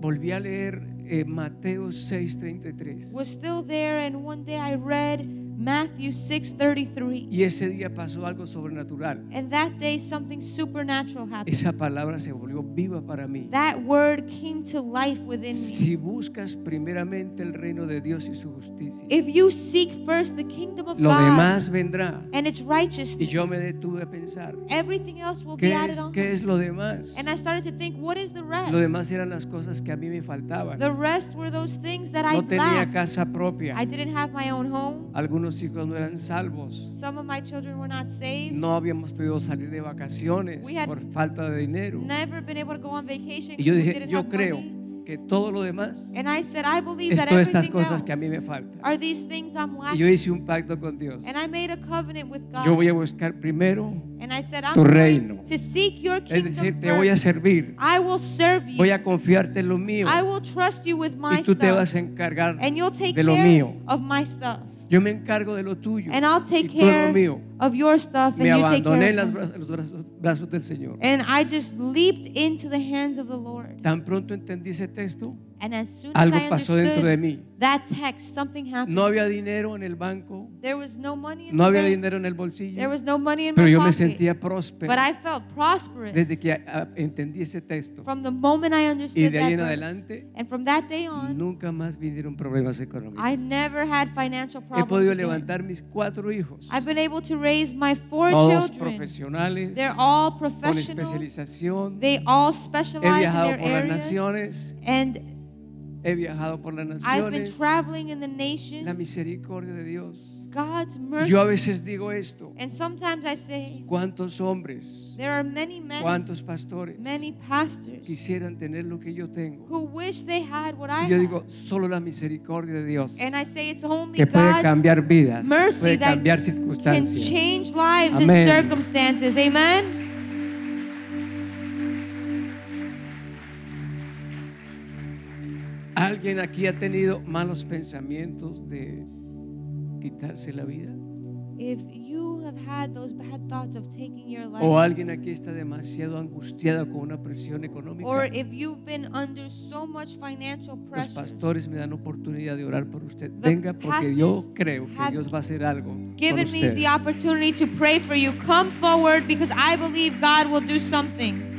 Speaker 3: volví a leer eh, Mateo 6:33
Speaker 2: was still there. And one day I read Matthew 6:33,
Speaker 3: y ese día pasó algo sobrenatural.
Speaker 2: and that day something supernatural happened.
Speaker 3: Esa palabra se volvió viva para mí.
Speaker 2: That word came to life within me.
Speaker 3: Si buscas primeramente el reino de Dios y su justicia,
Speaker 2: If you seek first the kingdom of
Speaker 3: lo
Speaker 2: God
Speaker 3: demás vendrá.
Speaker 2: and its
Speaker 3: Y yo me
Speaker 2: righteousness,
Speaker 3: detuve a pensar,
Speaker 2: everything else will be
Speaker 3: ¿qué es,
Speaker 2: added on.
Speaker 3: qué es lo demás?
Speaker 2: And I started to think, what is the
Speaker 3: Lo
Speaker 2: rest?
Speaker 3: demás eran las cosas que a mí me faltaban.
Speaker 2: The rest were those things that I
Speaker 3: No tenía
Speaker 2: lacked.
Speaker 3: casa propia.
Speaker 2: I didn't have my own home.
Speaker 3: Algunos hijos no eran salvos.
Speaker 2: Some of my children were not saved.
Speaker 3: No habíamos podido salir de vacaciones
Speaker 2: We had-
Speaker 3: por falta de dinero.
Speaker 2: Never been able to go on vacation.
Speaker 3: Y
Speaker 2: 'cause
Speaker 3: yo
Speaker 2: we
Speaker 3: dije,
Speaker 2: didn't
Speaker 3: yo
Speaker 2: have
Speaker 3: creo
Speaker 2: money.
Speaker 3: que todo lo demás
Speaker 2: And I said, I believe
Speaker 3: es
Speaker 2: that
Speaker 3: todas estas
Speaker 2: everything
Speaker 3: cosas
Speaker 2: else
Speaker 3: que a mí me faltan.
Speaker 2: are these things I'm
Speaker 3: Y
Speaker 2: lacking.
Speaker 3: yo hice un pacto con Dios.
Speaker 2: and I made a covenant with God.
Speaker 3: Yo voy a buscar primero,
Speaker 2: and I said, I'm
Speaker 3: tu
Speaker 2: going
Speaker 3: reino.
Speaker 2: to seek your
Speaker 3: es
Speaker 2: kingdom
Speaker 3: decir, te voy a
Speaker 2: first.
Speaker 3: servir,
Speaker 2: I will serve you.
Speaker 3: voy a confiarte en lo mío
Speaker 2: I will trust you with my
Speaker 3: y tú te
Speaker 2: stuff.
Speaker 3: vas a encargar
Speaker 2: and you'll take
Speaker 3: de lo
Speaker 2: care
Speaker 3: mío.
Speaker 2: of my stuff.
Speaker 3: Yo me encargo de lo tuyo
Speaker 2: And I'll
Speaker 3: y
Speaker 2: take
Speaker 3: tú de lo
Speaker 2: care
Speaker 3: mío.
Speaker 2: of your stuff.
Speaker 3: Me
Speaker 2: and you take
Speaker 3: abandoné
Speaker 2: care
Speaker 3: en
Speaker 2: of
Speaker 3: las
Speaker 2: mine.
Speaker 3: bra- los brazos, brazos del Señor.
Speaker 2: And I just leaped into the hands of the Lord.
Speaker 3: Tan pronto entendí ese texto,
Speaker 2: And as soon as
Speaker 3: algo
Speaker 2: I
Speaker 3: pasó dentro de
Speaker 2: understood
Speaker 3: mí.
Speaker 2: that text, something happened.
Speaker 3: No había dinero en el banco,
Speaker 2: there was no money in
Speaker 3: no
Speaker 2: the
Speaker 3: había
Speaker 2: bank.
Speaker 3: dinero en el
Speaker 2: There
Speaker 3: bolsillo,
Speaker 2: was no money in
Speaker 3: pero
Speaker 2: my
Speaker 3: yo me
Speaker 2: pocket.
Speaker 3: sentía próspero
Speaker 2: but I felt prosperous
Speaker 3: desde que ah, entendí ese texto.
Speaker 2: from the moment I understood
Speaker 3: Y de ahí
Speaker 2: that
Speaker 3: en
Speaker 2: verse.
Speaker 3: adelante,
Speaker 2: and from that day on,
Speaker 3: Nunca más vinieron problemas económicos.
Speaker 2: I never had financial
Speaker 3: He
Speaker 2: problems.
Speaker 3: podido
Speaker 2: again.
Speaker 3: levantar mis cuatro hijos,
Speaker 2: I've been able to raise my four
Speaker 3: todos
Speaker 2: children.
Speaker 3: profesionales,
Speaker 2: They're all
Speaker 3: con
Speaker 2: professional.
Speaker 3: especialización.
Speaker 2: They all
Speaker 3: He
Speaker 2: specialize in
Speaker 3: viajado
Speaker 2: their
Speaker 3: por las
Speaker 2: areas.
Speaker 3: naciones,
Speaker 2: And
Speaker 3: he viajado por las
Speaker 2: I've been
Speaker 3: naciones.
Speaker 2: traveling in the
Speaker 3: La
Speaker 2: nations.
Speaker 3: misericordia de Dios.
Speaker 2: God's mercy.
Speaker 3: Yo a veces digo esto,
Speaker 2: And sometimes I say,
Speaker 3: ¿cuántos hombres,
Speaker 2: there are many men,
Speaker 3: cuántos pastores
Speaker 2: many pastors
Speaker 3: quisieran tener lo que yo tengo?
Speaker 2: who wish they had what I
Speaker 3: Y yo
Speaker 2: have.
Speaker 3: digo, solo la misericordia de Dios
Speaker 2: And I say it's only
Speaker 3: que puede
Speaker 2: God's
Speaker 3: cambiar vidas,
Speaker 2: mercy
Speaker 3: puede
Speaker 2: that
Speaker 3: cambiar
Speaker 2: can
Speaker 3: circunstancias.
Speaker 2: change lives
Speaker 3: Amén.
Speaker 2: and circumstances. Amen.
Speaker 3: ¿Alguien aquí ha tenido malos pensamientos de quitarse la vida?
Speaker 2: If you have had those bad thoughts of taking your
Speaker 3: ¿O
Speaker 2: life,
Speaker 3: alguien aquí está demasiado angustiado con una presión
Speaker 2: or
Speaker 3: económica?
Speaker 2: if you've been under so much financial
Speaker 3: Los
Speaker 2: pressure,
Speaker 3: pastores me dan oportunidad de orar por usted.
Speaker 2: The
Speaker 3: Venga porque yo
Speaker 2: pastors
Speaker 3: creo que
Speaker 2: have
Speaker 3: Dios va a hacer algo con
Speaker 2: given me
Speaker 3: usted.
Speaker 2: the opportunity to pray for you, come forward because I believe God will do something.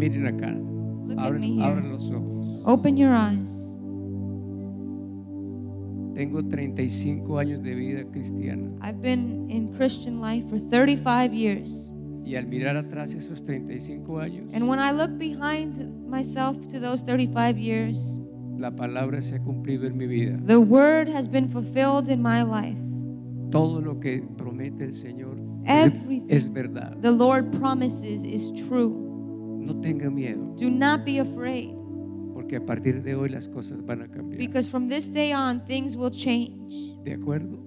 Speaker 3: Miren acá.
Speaker 2: at me
Speaker 3: Abren,
Speaker 2: here.
Speaker 3: abren los ojos.
Speaker 2: Open your eyes.
Speaker 3: Tengo 35 años de vida cristiana
Speaker 2: I've been in Christian life for 35 years.
Speaker 3: y al mirar atrás esos 35 años,
Speaker 2: And when I look behind myself to those 35 years,
Speaker 3: la palabra se ha cumplido en mi vida.
Speaker 2: the word has been fulfilled in my life.
Speaker 3: Todo lo que promete el Señor es,
Speaker 2: Everything.
Speaker 3: es verdad.
Speaker 2: The Lord promises is true.
Speaker 3: No tenga miedo,
Speaker 2: Do not be afraid
Speaker 3: porque a partir de hoy las cosas van a cambiar.
Speaker 2: because from this day on things will change,
Speaker 3: ¿De acuerdo?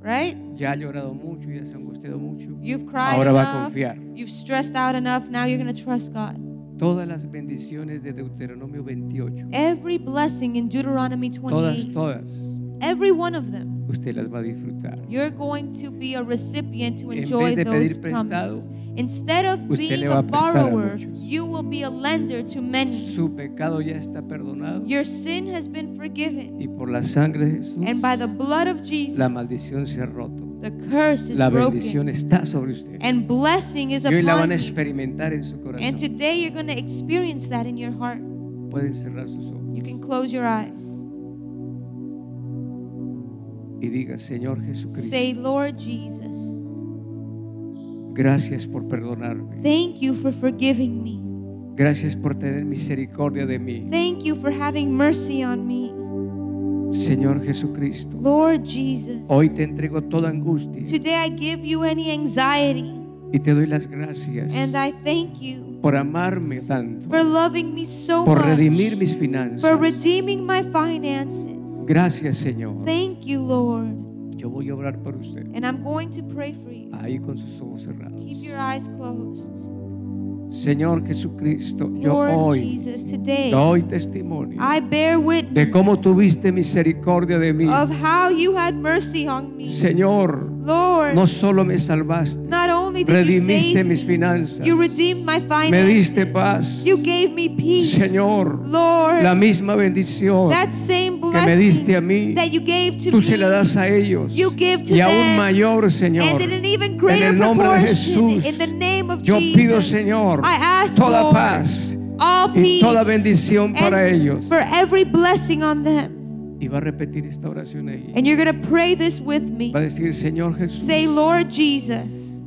Speaker 2: right?
Speaker 3: Ya ha llorado mucho, ya se ha angustiado mucho.
Speaker 2: You've cried
Speaker 3: Ahora va a
Speaker 2: enough.
Speaker 3: confiar.
Speaker 2: You've stressed out enough. Now you're going to trust God.
Speaker 3: Todas las bendiciones de Deuteronomio 28,
Speaker 2: Every blessing in Deuteronomy 28,
Speaker 3: todas, todas,
Speaker 2: every one of them,
Speaker 3: usted las va a disfrutar.
Speaker 2: you're going to be a recipient to
Speaker 3: En
Speaker 2: enjoy
Speaker 3: vez de
Speaker 2: those
Speaker 3: pedir prestado,
Speaker 2: promises. Instead of
Speaker 3: usted
Speaker 2: being
Speaker 3: le va a
Speaker 2: a
Speaker 3: prestar a
Speaker 2: borrower,
Speaker 3: muchos.
Speaker 2: you will be a lender to many.
Speaker 3: Su pecado ya está perdonado
Speaker 2: Your sin has been forgiven.
Speaker 3: y por la sangre de Jesús
Speaker 2: And by the blood of Jesus,
Speaker 3: la maldición se ha roto.
Speaker 2: the curse is
Speaker 3: La bendición
Speaker 2: broken.
Speaker 3: está sobre usted.
Speaker 2: And blessing is
Speaker 3: Y hoy la
Speaker 2: upon
Speaker 3: van a
Speaker 2: you.
Speaker 3: experimentar en su
Speaker 2: And
Speaker 3: corazón.
Speaker 2: today you're going to experience that in your heart.
Speaker 3: Pueden cerrar sus ojos
Speaker 2: You can close your eyes.
Speaker 3: y diga, Señor
Speaker 2: Say,
Speaker 3: Jesucristo,
Speaker 2: Lord Jesus.
Speaker 3: gracias por perdonarme.
Speaker 2: Thank you for forgiving me.
Speaker 3: Gracias por tener misericordia de mí.
Speaker 2: Thank you for having mercy on me.
Speaker 3: Señor Jesucristo,
Speaker 2: Lord Jesus,
Speaker 3: hoy te entrego toda angustia
Speaker 2: today I give you any anxiety
Speaker 3: y te doy las gracias
Speaker 2: and I thank you
Speaker 3: por amarme tanto,
Speaker 2: for loving me so
Speaker 3: por
Speaker 2: much,
Speaker 3: redimir mis
Speaker 2: for
Speaker 3: finanzas.
Speaker 2: redeeming my finances.
Speaker 3: Gracias, Señor.
Speaker 2: Thank you, Lord.
Speaker 3: Yo voy a orar por usted.
Speaker 2: And I'm going to pray for you.
Speaker 3: Ahí con sus ojos
Speaker 2: Keep
Speaker 3: cerrados.
Speaker 2: your eyes closed.
Speaker 3: Señor Jesucristo, yo
Speaker 2: Lord
Speaker 3: hoy
Speaker 2: Jesus, today
Speaker 3: doy testimonio
Speaker 2: I bear
Speaker 3: de
Speaker 2: witness
Speaker 3: cómo tuviste misericordia de mí.
Speaker 2: of how you had mercy on me.
Speaker 3: Señor,
Speaker 2: Lord,
Speaker 3: no solo me salvaste,
Speaker 2: not only did you
Speaker 3: redimiste
Speaker 2: save me,
Speaker 3: mis finanzas,
Speaker 2: you redeemed my
Speaker 3: me
Speaker 2: finances.
Speaker 3: diste paz.
Speaker 2: You gave me peace.
Speaker 3: Señor,
Speaker 2: Lord,
Speaker 3: La misma bendición
Speaker 2: that same
Speaker 3: que me diste a
Speaker 2: blessing
Speaker 3: mí,
Speaker 2: that you gave to
Speaker 3: tú
Speaker 2: me,
Speaker 3: se la das a ellos.
Speaker 2: you give to
Speaker 3: Y aún
Speaker 2: them.
Speaker 3: mayor, Señor.
Speaker 2: and in an even greater
Speaker 3: en el nombre de
Speaker 2: proportion,
Speaker 3: Jesús,
Speaker 2: in the name of
Speaker 3: Yo pido,
Speaker 2: Jesus,
Speaker 3: Señor,
Speaker 2: I ask,
Speaker 3: toda
Speaker 2: Lord,
Speaker 3: paz
Speaker 2: all
Speaker 3: y
Speaker 2: peace
Speaker 3: toda bendición para
Speaker 2: and
Speaker 3: ellos.
Speaker 2: for every blessing on them.
Speaker 3: Y va a repetir esta oración ahí.
Speaker 2: And you're going to pray this with me.
Speaker 3: Va a decir, Señor Jesús,
Speaker 2: Say, Lord Jesus,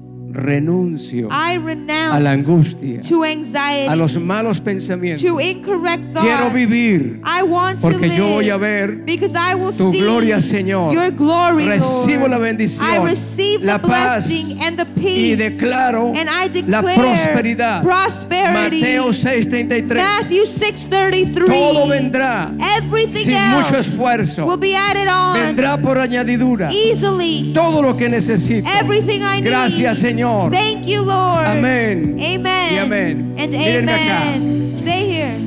Speaker 3: renuncio
Speaker 2: I
Speaker 3: a la
Speaker 2: renounce
Speaker 3: angustia,
Speaker 2: to anxiety,
Speaker 3: a los malos pensamientos.
Speaker 2: to incorrect thoughts.
Speaker 3: Quiero vivir
Speaker 2: I want to
Speaker 3: porque
Speaker 2: live
Speaker 3: yo voy a ver
Speaker 2: because I will
Speaker 3: tu
Speaker 2: see
Speaker 3: gloria, Señor.
Speaker 2: your glory,
Speaker 3: Recibo
Speaker 2: Lord.
Speaker 3: la bendición,
Speaker 2: I receive
Speaker 3: la
Speaker 2: the
Speaker 3: paz,
Speaker 2: blessing and the
Speaker 3: y
Speaker 2: peace.
Speaker 3: declaro
Speaker 2: and I
Speaker 3: la
Speaker 2: declare
Speaker 3: prosperidad.
Speaker 2: prosperity.
Speaker 3: Mateo 6:33.
Speaker 2: Matthew 6:33.
Speaker 3: Todo vendrá,
Speaker 2: Everything
Speaker 3: sin
Speaker 2: else
Speaker 3: mucho esfuerzo.
Speaker 2: will be added on
Speaker 3: vendrá por añadidura.
Speaker 2: easily.
Speaker 3: Todo lo que necesito.
Speaker 2: Everything I
Speaker 3: Gracias,
Speaker 2: need.
Speaker 3: Señor.
Speaker 2: Thank you, Lord.
Speaker 3: Amén.
Speaker 2: Amen.
Speaker 3: Y amén.
Speaker 2: And
Speaker 3: Mírenme acá.
Speaker 2: amen. Stay here.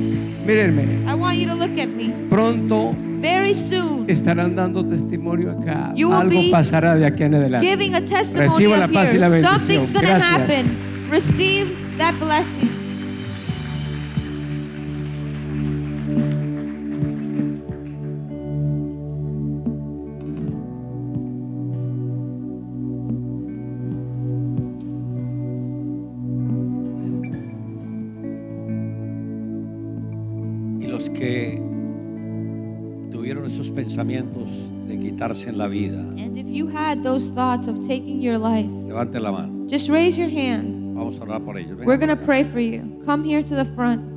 Speaker 3: Mírenme,
Speaker 2: I want you to look at me.
Speaker 3: pronto
Speaker 2: Very soon,
Speaker 3: estarán dando testimonio acá.
Speaker 2: You will
Speaker 3: Algo
Speaker 2: be
Speaker 3: pasará de aquí en adelante.
Speaker 2: giving a testimony
Speaker 3: Reciba la
Speaker 2: up
Speaker 3: paz y
Speaker 2: here.
Speaker 3: la bendición.
Speaker 2: Something's gonna
Speaker 3: Gracias.
Speaker 2: happen. Receive that blessing.
Speaker 1: Y los que tuvieron esos pensamientos de quitarse en la vida,
Speaker 2: And if you had those thoughts of taking your life,
Speaker 1: levanten la mano.
Speaker 2: just raise your hand.
Speaker 1: Vamos a orar por ellos. Venga.
Speaker 2: We're going to pray for you. Come here to the front.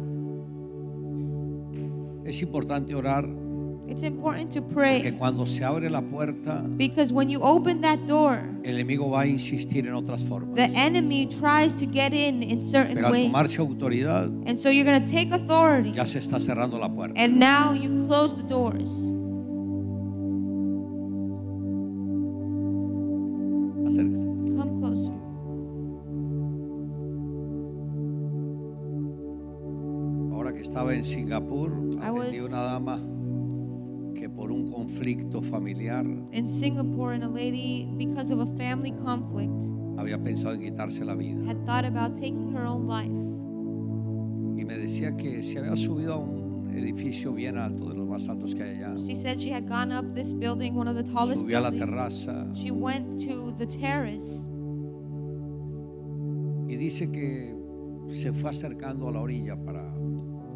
Speaker 1: Es importante orar
Speaker 2: It's important to
Speaker 1: porque
Speaker 2: pray
Speaker 1: cuando se abre la puerta,
Speaker 2: because when you open that door,
Speaker 1: el enemigo va a insistir en otras
Speaker 2: the
Speaker 1: formas.
Speaker 2: enemy tries to get in in certain
Speaker 1: Pero al
Speaker 2: ways.
Speaker 1: tomarse autoridad,
Speaker 2: And so you're going to take authority.
Speaker 1: ya se está cerrando la puerta.
Speaker 2: And now you close the doors.
Speaker 1: Acérquese.
Speaker 2: Come closer.
Speaker 1: Ahora que estaba en Singapur,
Speaker 2: I
Speaker 1: atendí
Speaker 2: was-
Speaker 1: una dama que por un conflicto familiar
Speaker 2: In Singapore, and a lady, because of a family conflict,
Speaker 1: había pensado en quitarse la vida.
Speaker 2: had thought about taking her own life.
Speaker 1: Y me decía que se había subido a un edificio bien alto, de los más altos que hay allá.
Speaker 2: She said she had gone up this building, one of the tallest
Speaker 1: Subió a la
Speaker 2: buildings.
Speaker 1: terraza
Speaker 2: She went to the terrace
Speaker 1: y dice que se fue acercando a la orilla para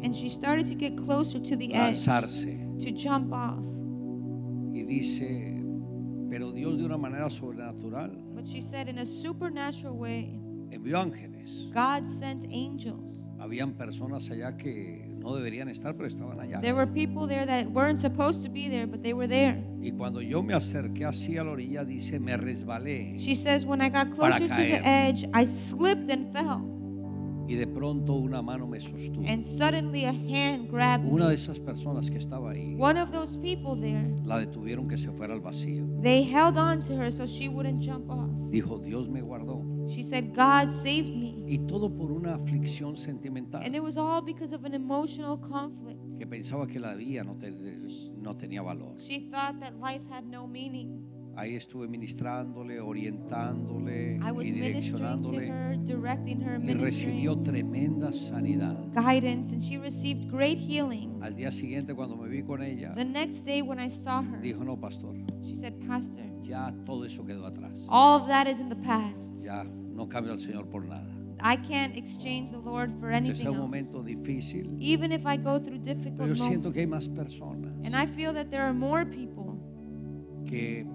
Speaker 2: and she started to get closer to the edge
Speaker 1: lanzarse.
Speaker 2: to jump off.
Speaker 1: Y dice, pero Dios de una manera sobrenatural
Speaker 2: But she said, in a supernatural way,
Speaker 1: envió ángeles.
Speaker 2: God sent angels.
Speaker 1: Habían personas allá que no deberían estar, pero estaban allá.
Speaker 2: There were people there that weren't supposed to be there, but they were there.
Speaker 1: Y cuando yo me acerqué así a la orilla, dice, me resbalé.
Speaker 2: She says, when I got
Speaker 1: Para
Speaker 2: closer to
Speaker 1: caer.
Speaker 2: the edge, I slipped and fell.
Speaker 1: Y de pronto una mano me sostuvo.
Speaker 2: And suddenly a hand grabbed me.
Speaker 1: Una de esas personas que estaba ahí,
Speaker 2: One of those people there,
Speaker 1: la detuvieron que se fuera al vacío.
Speaker 2: they held on to her so she wouldn't jump off.
Speaker 1: Dijo, Dios me guardó.
Speaker 2: She said, God saved me.
Speaker 1: Y todo por una aflicción
Speaker 2: And
Speaker 1: sentimental
Speaker 2: it was all because of an emotional conflict.
Speaker 1: que pensaba que la vida no, ten- no tenía valor.
Speaker 2: She thought that life had no meaning.
Speaker 1: Ahí estuve ministrándole, orientándole
Speaker 2: I was
Speaker 1: y
Speaker 2: ministering to
Speaker 1: direccionándole.
Speaker 2: her, directing her
Speaker 1: Y recibió
Speaker 2: ministry
Speaker 1: tremenda sanidad.
Speaker 2: guidance, and she received great healing.
Speaker 1: Al día siguiente cuando me vi con ella,
Speaker 2: The next day, when I saw her,
Speaker 1: Ah. dijo, no, pastor,
Speaker 2: she said, Pastor,
Speaker 1: ya todo eso quedó atrás.
Speaker 2: all of that is in the past.
Speaker 1: Ya no cambio al Señor por nada.
Speaker 2: I can't exchange the Lord for
Speaker 1: Este es
Speaker 2: anything
Speaker 1: un
Speaker 2: else.
Speaker 1: momento difícil,
Speaker 2: Even if I go through
Speaker 1: pero
Speaker 2: difficult
Speaker 1: yo siento que hay
Speaker 2: moments,
Speaker 1: más personas
Speaker 2: and I feel that there are more people
Speaker 1: que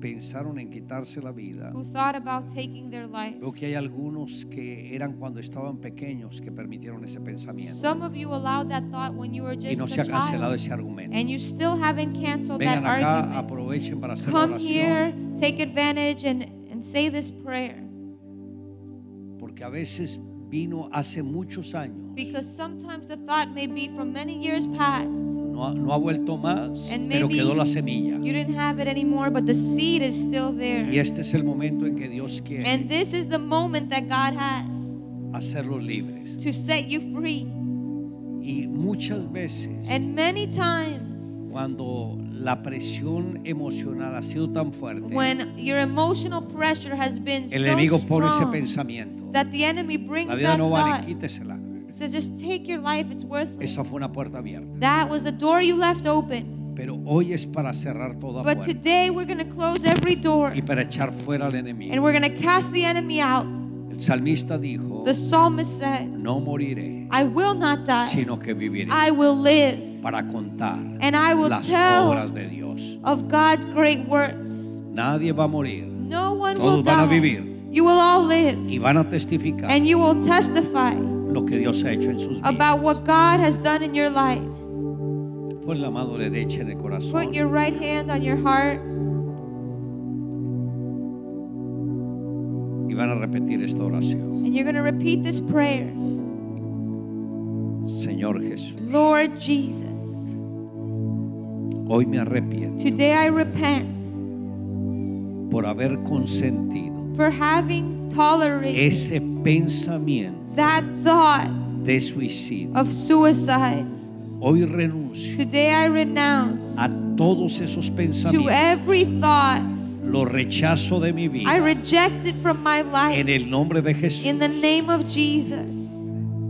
Speaker 1: pensaron en quitarse la vida.
Speaker 2: who thought about taking their life.
Speaker 1: Veo que hay algunos que eran cuando estaban pequeños que permitieron ese pensamiento
Speaker 2: Some of you allowed that thought when you were
Speaker 1: y
Speaker 2: just
Speaker 1: no
Speaker 2: a
Speaker 1: se ha cancelado
Speaker 2: child,
Speaker 1: ese argumento.
Speaker 2: and you still haven't canceled that
Speaker 1: Vengan acá,
Speaker 2: argument.
Speaker 1: aprovechen para hacer la
Speaker 2: Come
Speaker 1: oración,
Speaker 2: here, take advantage, and, and say this prayer.
Speaker 1: porque a veces vino hace muchos años,
Speaker 2: Because sometimes the thought may be from many years past.
Speaker 1: no no ha, no ha vuelto más,
Speaker 2: And
Speaker 1: pero
Speaker 2: maybe
Speaker 1: quedó la semilla.
Speaker 2: You didn't have it anymore, but the seed is still
Speaker 1: Y
Speaker 2: there.
Speaker 1: este es el momento en que Dios quiere
Speaker 2: And this is the moment that God has
Speaker 1: hacerlos libres.
Speaker 2: to set you free.
Speaker 1: Y muchas veces,
Speaker 2: And many times,
Speaker 1: cuando la presión emocional ha sido tan fuerte,
Speaker 2: when your emotional pressure has been
Speaker 1: el
Speaker 2: so
Speaker 1: enemigo pone ese
Speaker 2: strong
Speaker 1: pensamiento.
Speaker 2: that the enemy brings
Speaker 1: La vida
Speaker 2: that
Speaker 1: no vale,
Speaker 2: thought,
Speaker 1: quítesela.
Speaker 2: says, just take your life, it's worthless.
Speaker 1: Esa fue una puerta abierta.
Speaker 2: That was a door you left open.
Speaker 1: Pero hoy es para cerrar toda
Speaker 2: But
Speaker 1: puerta
Speaker 2: today we're going to close every door
Speaker 1: y para echar fuera al
Speaker 2: and
Speaker 1: enemigo.
Speaker 2: we're going to cast the enemy out.
Speaker 1: El salmista dijo,
Speaker 2: The psalmist said,
Speaker 1: no moriré,
Speaker 2: I will not die,
Speaker 1: sino que viviré
Speaker 2: I will live
Speaker 1: para contar
Speaker 2: And I will
Speaker 1: las
Speaker 2: tell-
Speaker 1: obras de Dios.
Speaker 2: of God's great works.
Speaker 1: Nadie va a morir
Speaker 2: No one
Speaker 1: Todos
Speaker 2: will
Speaker 1: van a
Speaker 2: die.
Speaker 1: vivir.
Speaker 2: You will all live
Speaker 1: y van a testificar
Speaker 2: and you will testify
Speaker 1: lo que Dios ha hecho en sus vidas.
Speaker 2: about what God has done in your life.
Speaker 1: Pon la mano derecha en el corazón.
Speaker 2: Put your right hand on your heart
Speaker 1: y van a repetir esta oración.
Speaker 2: and you're going to repeat this prayer.
Speaker 1: Señor Jesús,
Speaker 2: Lord Jesus,
Speaker 1: hoy me arrepiento
Speaker 2: today I repent
Speaker 1: por haber consentido
Speaker 2: for having tolerated
Speaker 1: ese pensamiento
Speaker 2: that thought
Speaker 1: de suicidio.
Speaker 2: of suicide.
Speaker 1: Hoy renuncio
Speaker 2: Today I renounce
Speaker 1: a todos esos
Speaker 2: to
Speaker 1: pensamientos.
Speaker 2: every thought
Speaker 1: Lo rechazo de mi
Speaker 2: I
Speaker 1: vida
Speaker 2: reject it from my
Speaker 1: en
Speaker 2: life
Speaker 1: el nombre de Jesús
Speaker 2: in the name of Jesus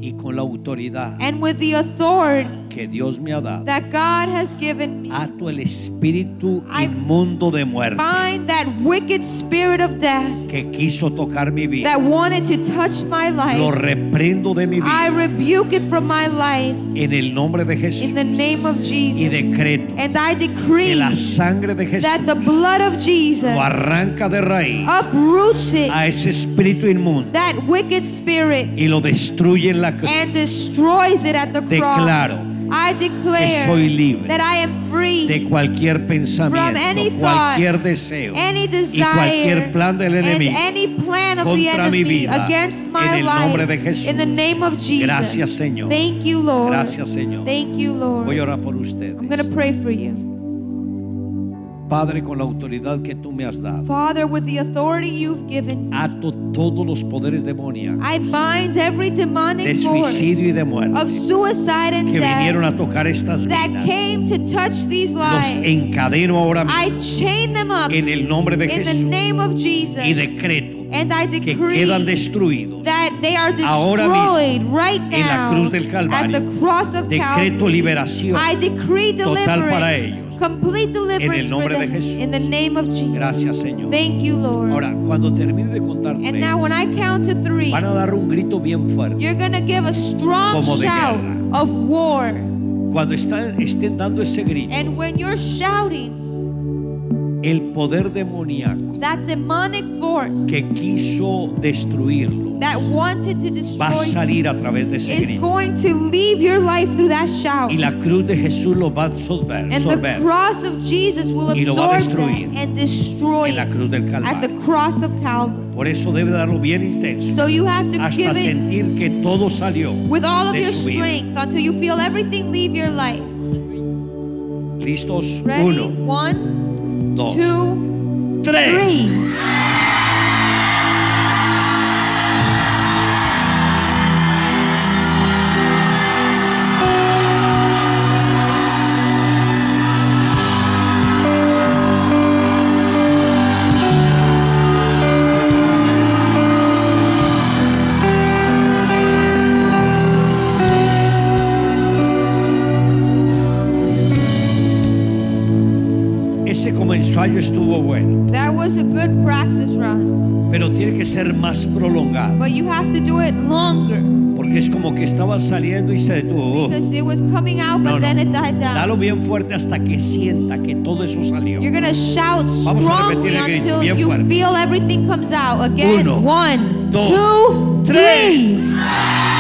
Speaker 1: y con la autoridad
Speaker 2: and with the authority
Speaker 1: que Dios me ha dado.
Speaker 2: that God has given me.
Speaker 1: Ato el espíritu
Speaker 2: I
Speaker 1: inmundo de muerte
Speaker 2: Bind that wicked spirit of death
Speaker 1: que quiso tocar mi vida.
Speaker 2: that wanted to touch my
Speaker 1: Lo
Speaker 2: life.
Speaker 1: reprendo de mi
Speaker 2: I
Speaker 1: vida
Speaker 2: rebuke it from my life
Speaker 1: en el nombre de
Speaker 2: in
Speaker 1: Jesús.
Speaker 2: the name of Jesus.
Speaker 1: Y decreto
Speaker 2: And I
Speaker 1: Que
Speaker 2: decree
Speaker 1: la sangre de Jesús
Speaker 2: that the blood of Jesus
Speaker 1: lo arranca de raíz
Speaker 2: uproots it,
Speaker 1: a ese espíritu inmundo
Speaker 2: that wicked spirit,
Speaker 1: y lo destruye en la cruz.
Speaker 2: and destroys it at the cross.
Speaker 1: Declaro
Speaker 2: I
Speaker 1: que
Speaker 2: declare
Speaker 1: soy libre
Speaker 2: that I am free
Speaker 1: de cualquier
Speaker 2: from any
Speaker 1: pensamiento,
Speaker 2: thought,
Speaker 1: cualquier deseo
Speaker 2: any
Speaker 1: y
Speaker 2: desire
Speaker 1: cualquier plan del enemigo.
Speaker 2: and any plan of the
Speaker 1: contra mi
Speaker 2: enemy
Speaker 1: vida.
Speaker 2: against
Speaker 1: En
Speaker 2: my
Speaker 1: el
Speaker 2: life
Speaker 1: nombre de Jesús.
Speaker 2: in the name of Jesus.
Speaker 1: Gracias, Señor.
Speaker 2: Thank you, Lord.
Speaker 1: Gracias, Señor.
Speaker 2: Thank you, Lord.
Speaker 1: Voy a orar por
Speaker 2: I'm going
Speaker 1: ustedes.
Speaker 2: to pray for you.
Speaker 1: Padre, con la autoridad que tú me has dado,
Speaker 2: Father, with the authority you've given, me,
Speaker 1: ato todos los poderes demoníacos
Speaker 2: I bind every demonic
Speaker 1: de
Speaker 2: force
Speaker 1: suicidio y de muerte
Speaker 2: of suicide and
Speaker 1: que vinieron
Speaker 2: death
Speaker 1: a tocar estas
Speaker 2: that
Speaker 1: vidas.
Speaker 2: came to touch these
Speaker 1: Los
Speaker 2: lives.
Speaker 1: encadeno ahora mismo
Speaker 2: I chain them up
Speaker 1: en el nombre de
Speaker 2: in the
Speaker 1: Jesús
Speaker 2: name of Jesus.
Speaker 1: y decreto
Speaker 2: and I
Speaker 1: que
Speaker 2: decree
Speaker 1: quedan destruidos
Speaker 2: that they are
Speaker 1: ahora mismo
Speaker 2: destroyed right
Speaker 1: en la
Speaker 2: now
Speaker 1: cruz del
Speaker 2: at
Speaker 1: Calvario.
Speaker 2: the cross of Calvary.
Speaker 1: decreto liberación.
Speaker 2: I decree deliverance,
Speaker 1: para ellos.
Speaker 2: complete deliverance
Speaker 1: nombre
Speaker 2: for
Speaker 1: de
Speaker 2: them
Speaker 1: Jesús.
Speaker 2: in the name of Jesus.
Speaker 1: Gracias, Señor.
Speaker 2: Thank you, Lord.
Speaker 1: Ahora, cuando termine de contar
Speaker 2: and
Speaker 1: tres,
Speaker 2: now when I count to three,
Speaker 1: van a dar un grito bien fuerte.
Speaker 2: you're going to give a strong
Speaker 1: Como de
Speaker 2: shout
Speaker 1: guerra.
Speaker 2: of war.
Speaker 1: Cuando están- estén dando ese grito,
Speaker 2: And when you're shouting,
Speaker 1: el poder demoníaco
Speaker 2: that demonic force
Speaker 1: que quiso destruirlo
Speaker 2: that wanted to
Speaker 1: va a
Speaker 2: destroy you
Speaker 1: salir a través de ese
Speaker 2: is
Speaker 1: grito.
Speaker 2: going to leave your life through that shout.
Speaker 1: Y la cruz de Jesús lo va a absorber,
Speaker 2: And the
Speaker 1: absorber
Speaker 2: cross of Jesus will
Speaker 1: Y lo va a
Speaker 2: absorb that
Speaker 1: destruir
Speaker 2: and destroy
Speaker 1: en la
Speaker 2: it
Speaker 1: cruz del
Speaker 2: at the
Speaker 1: Calvario.
Speaker 2: cross of Calvary.
Speaker 1: Por eso debe darlo bien intenso
Speaker 2: So you have to
Speaker 1: hasta
Speaker 2: give it
Speaker 1: sentir que todo salió
Speaker 2: with all of
Speaker 1: de
Speaker 2: your
Speaker 1: su vida.
Speaker 2: strength until you feel everything leave your life.
Speaker 1: Listos,
Speaker 2: Ready?
Speaker 1: uno,
Speaker 2: One,
Speaker 1: dos,
Speaker 2: two,
Speaker 1: tres.
Speaker 2: three.
Speaker 1: Ese como ensayo estuvo bueno,
Speaker 2: That was a good practice run,
Speaker 1: pero tiene que ser más prolongado,
Speaker 2: but you have to do it longer
Speaker 1: porque es como que estaba saliendo y se detuvo.
Speaker 2: because it was coming out,
Speaker 1: No, no.
Speaker 2: but then it died down.
Speaker 1: Dalo bien fuerte hasta que sienta que todo eso salió.
Speaker 2: You're gonna shout
Speaker 1: Vamos a repetir
Speaker 2: strongly
Speaker 1: el grito,
Speaker 2: until
Speaker 1: bien
Speaker 2: you
Speaker 1: fuerte.
Speaker 2: feel everything comes out. Again,
Speaker 1: Uno,
Speaker 2: one,
Speaker 1: dos,
Speaker 2: two,
Speaker 1: tres.
Speaker 2: three.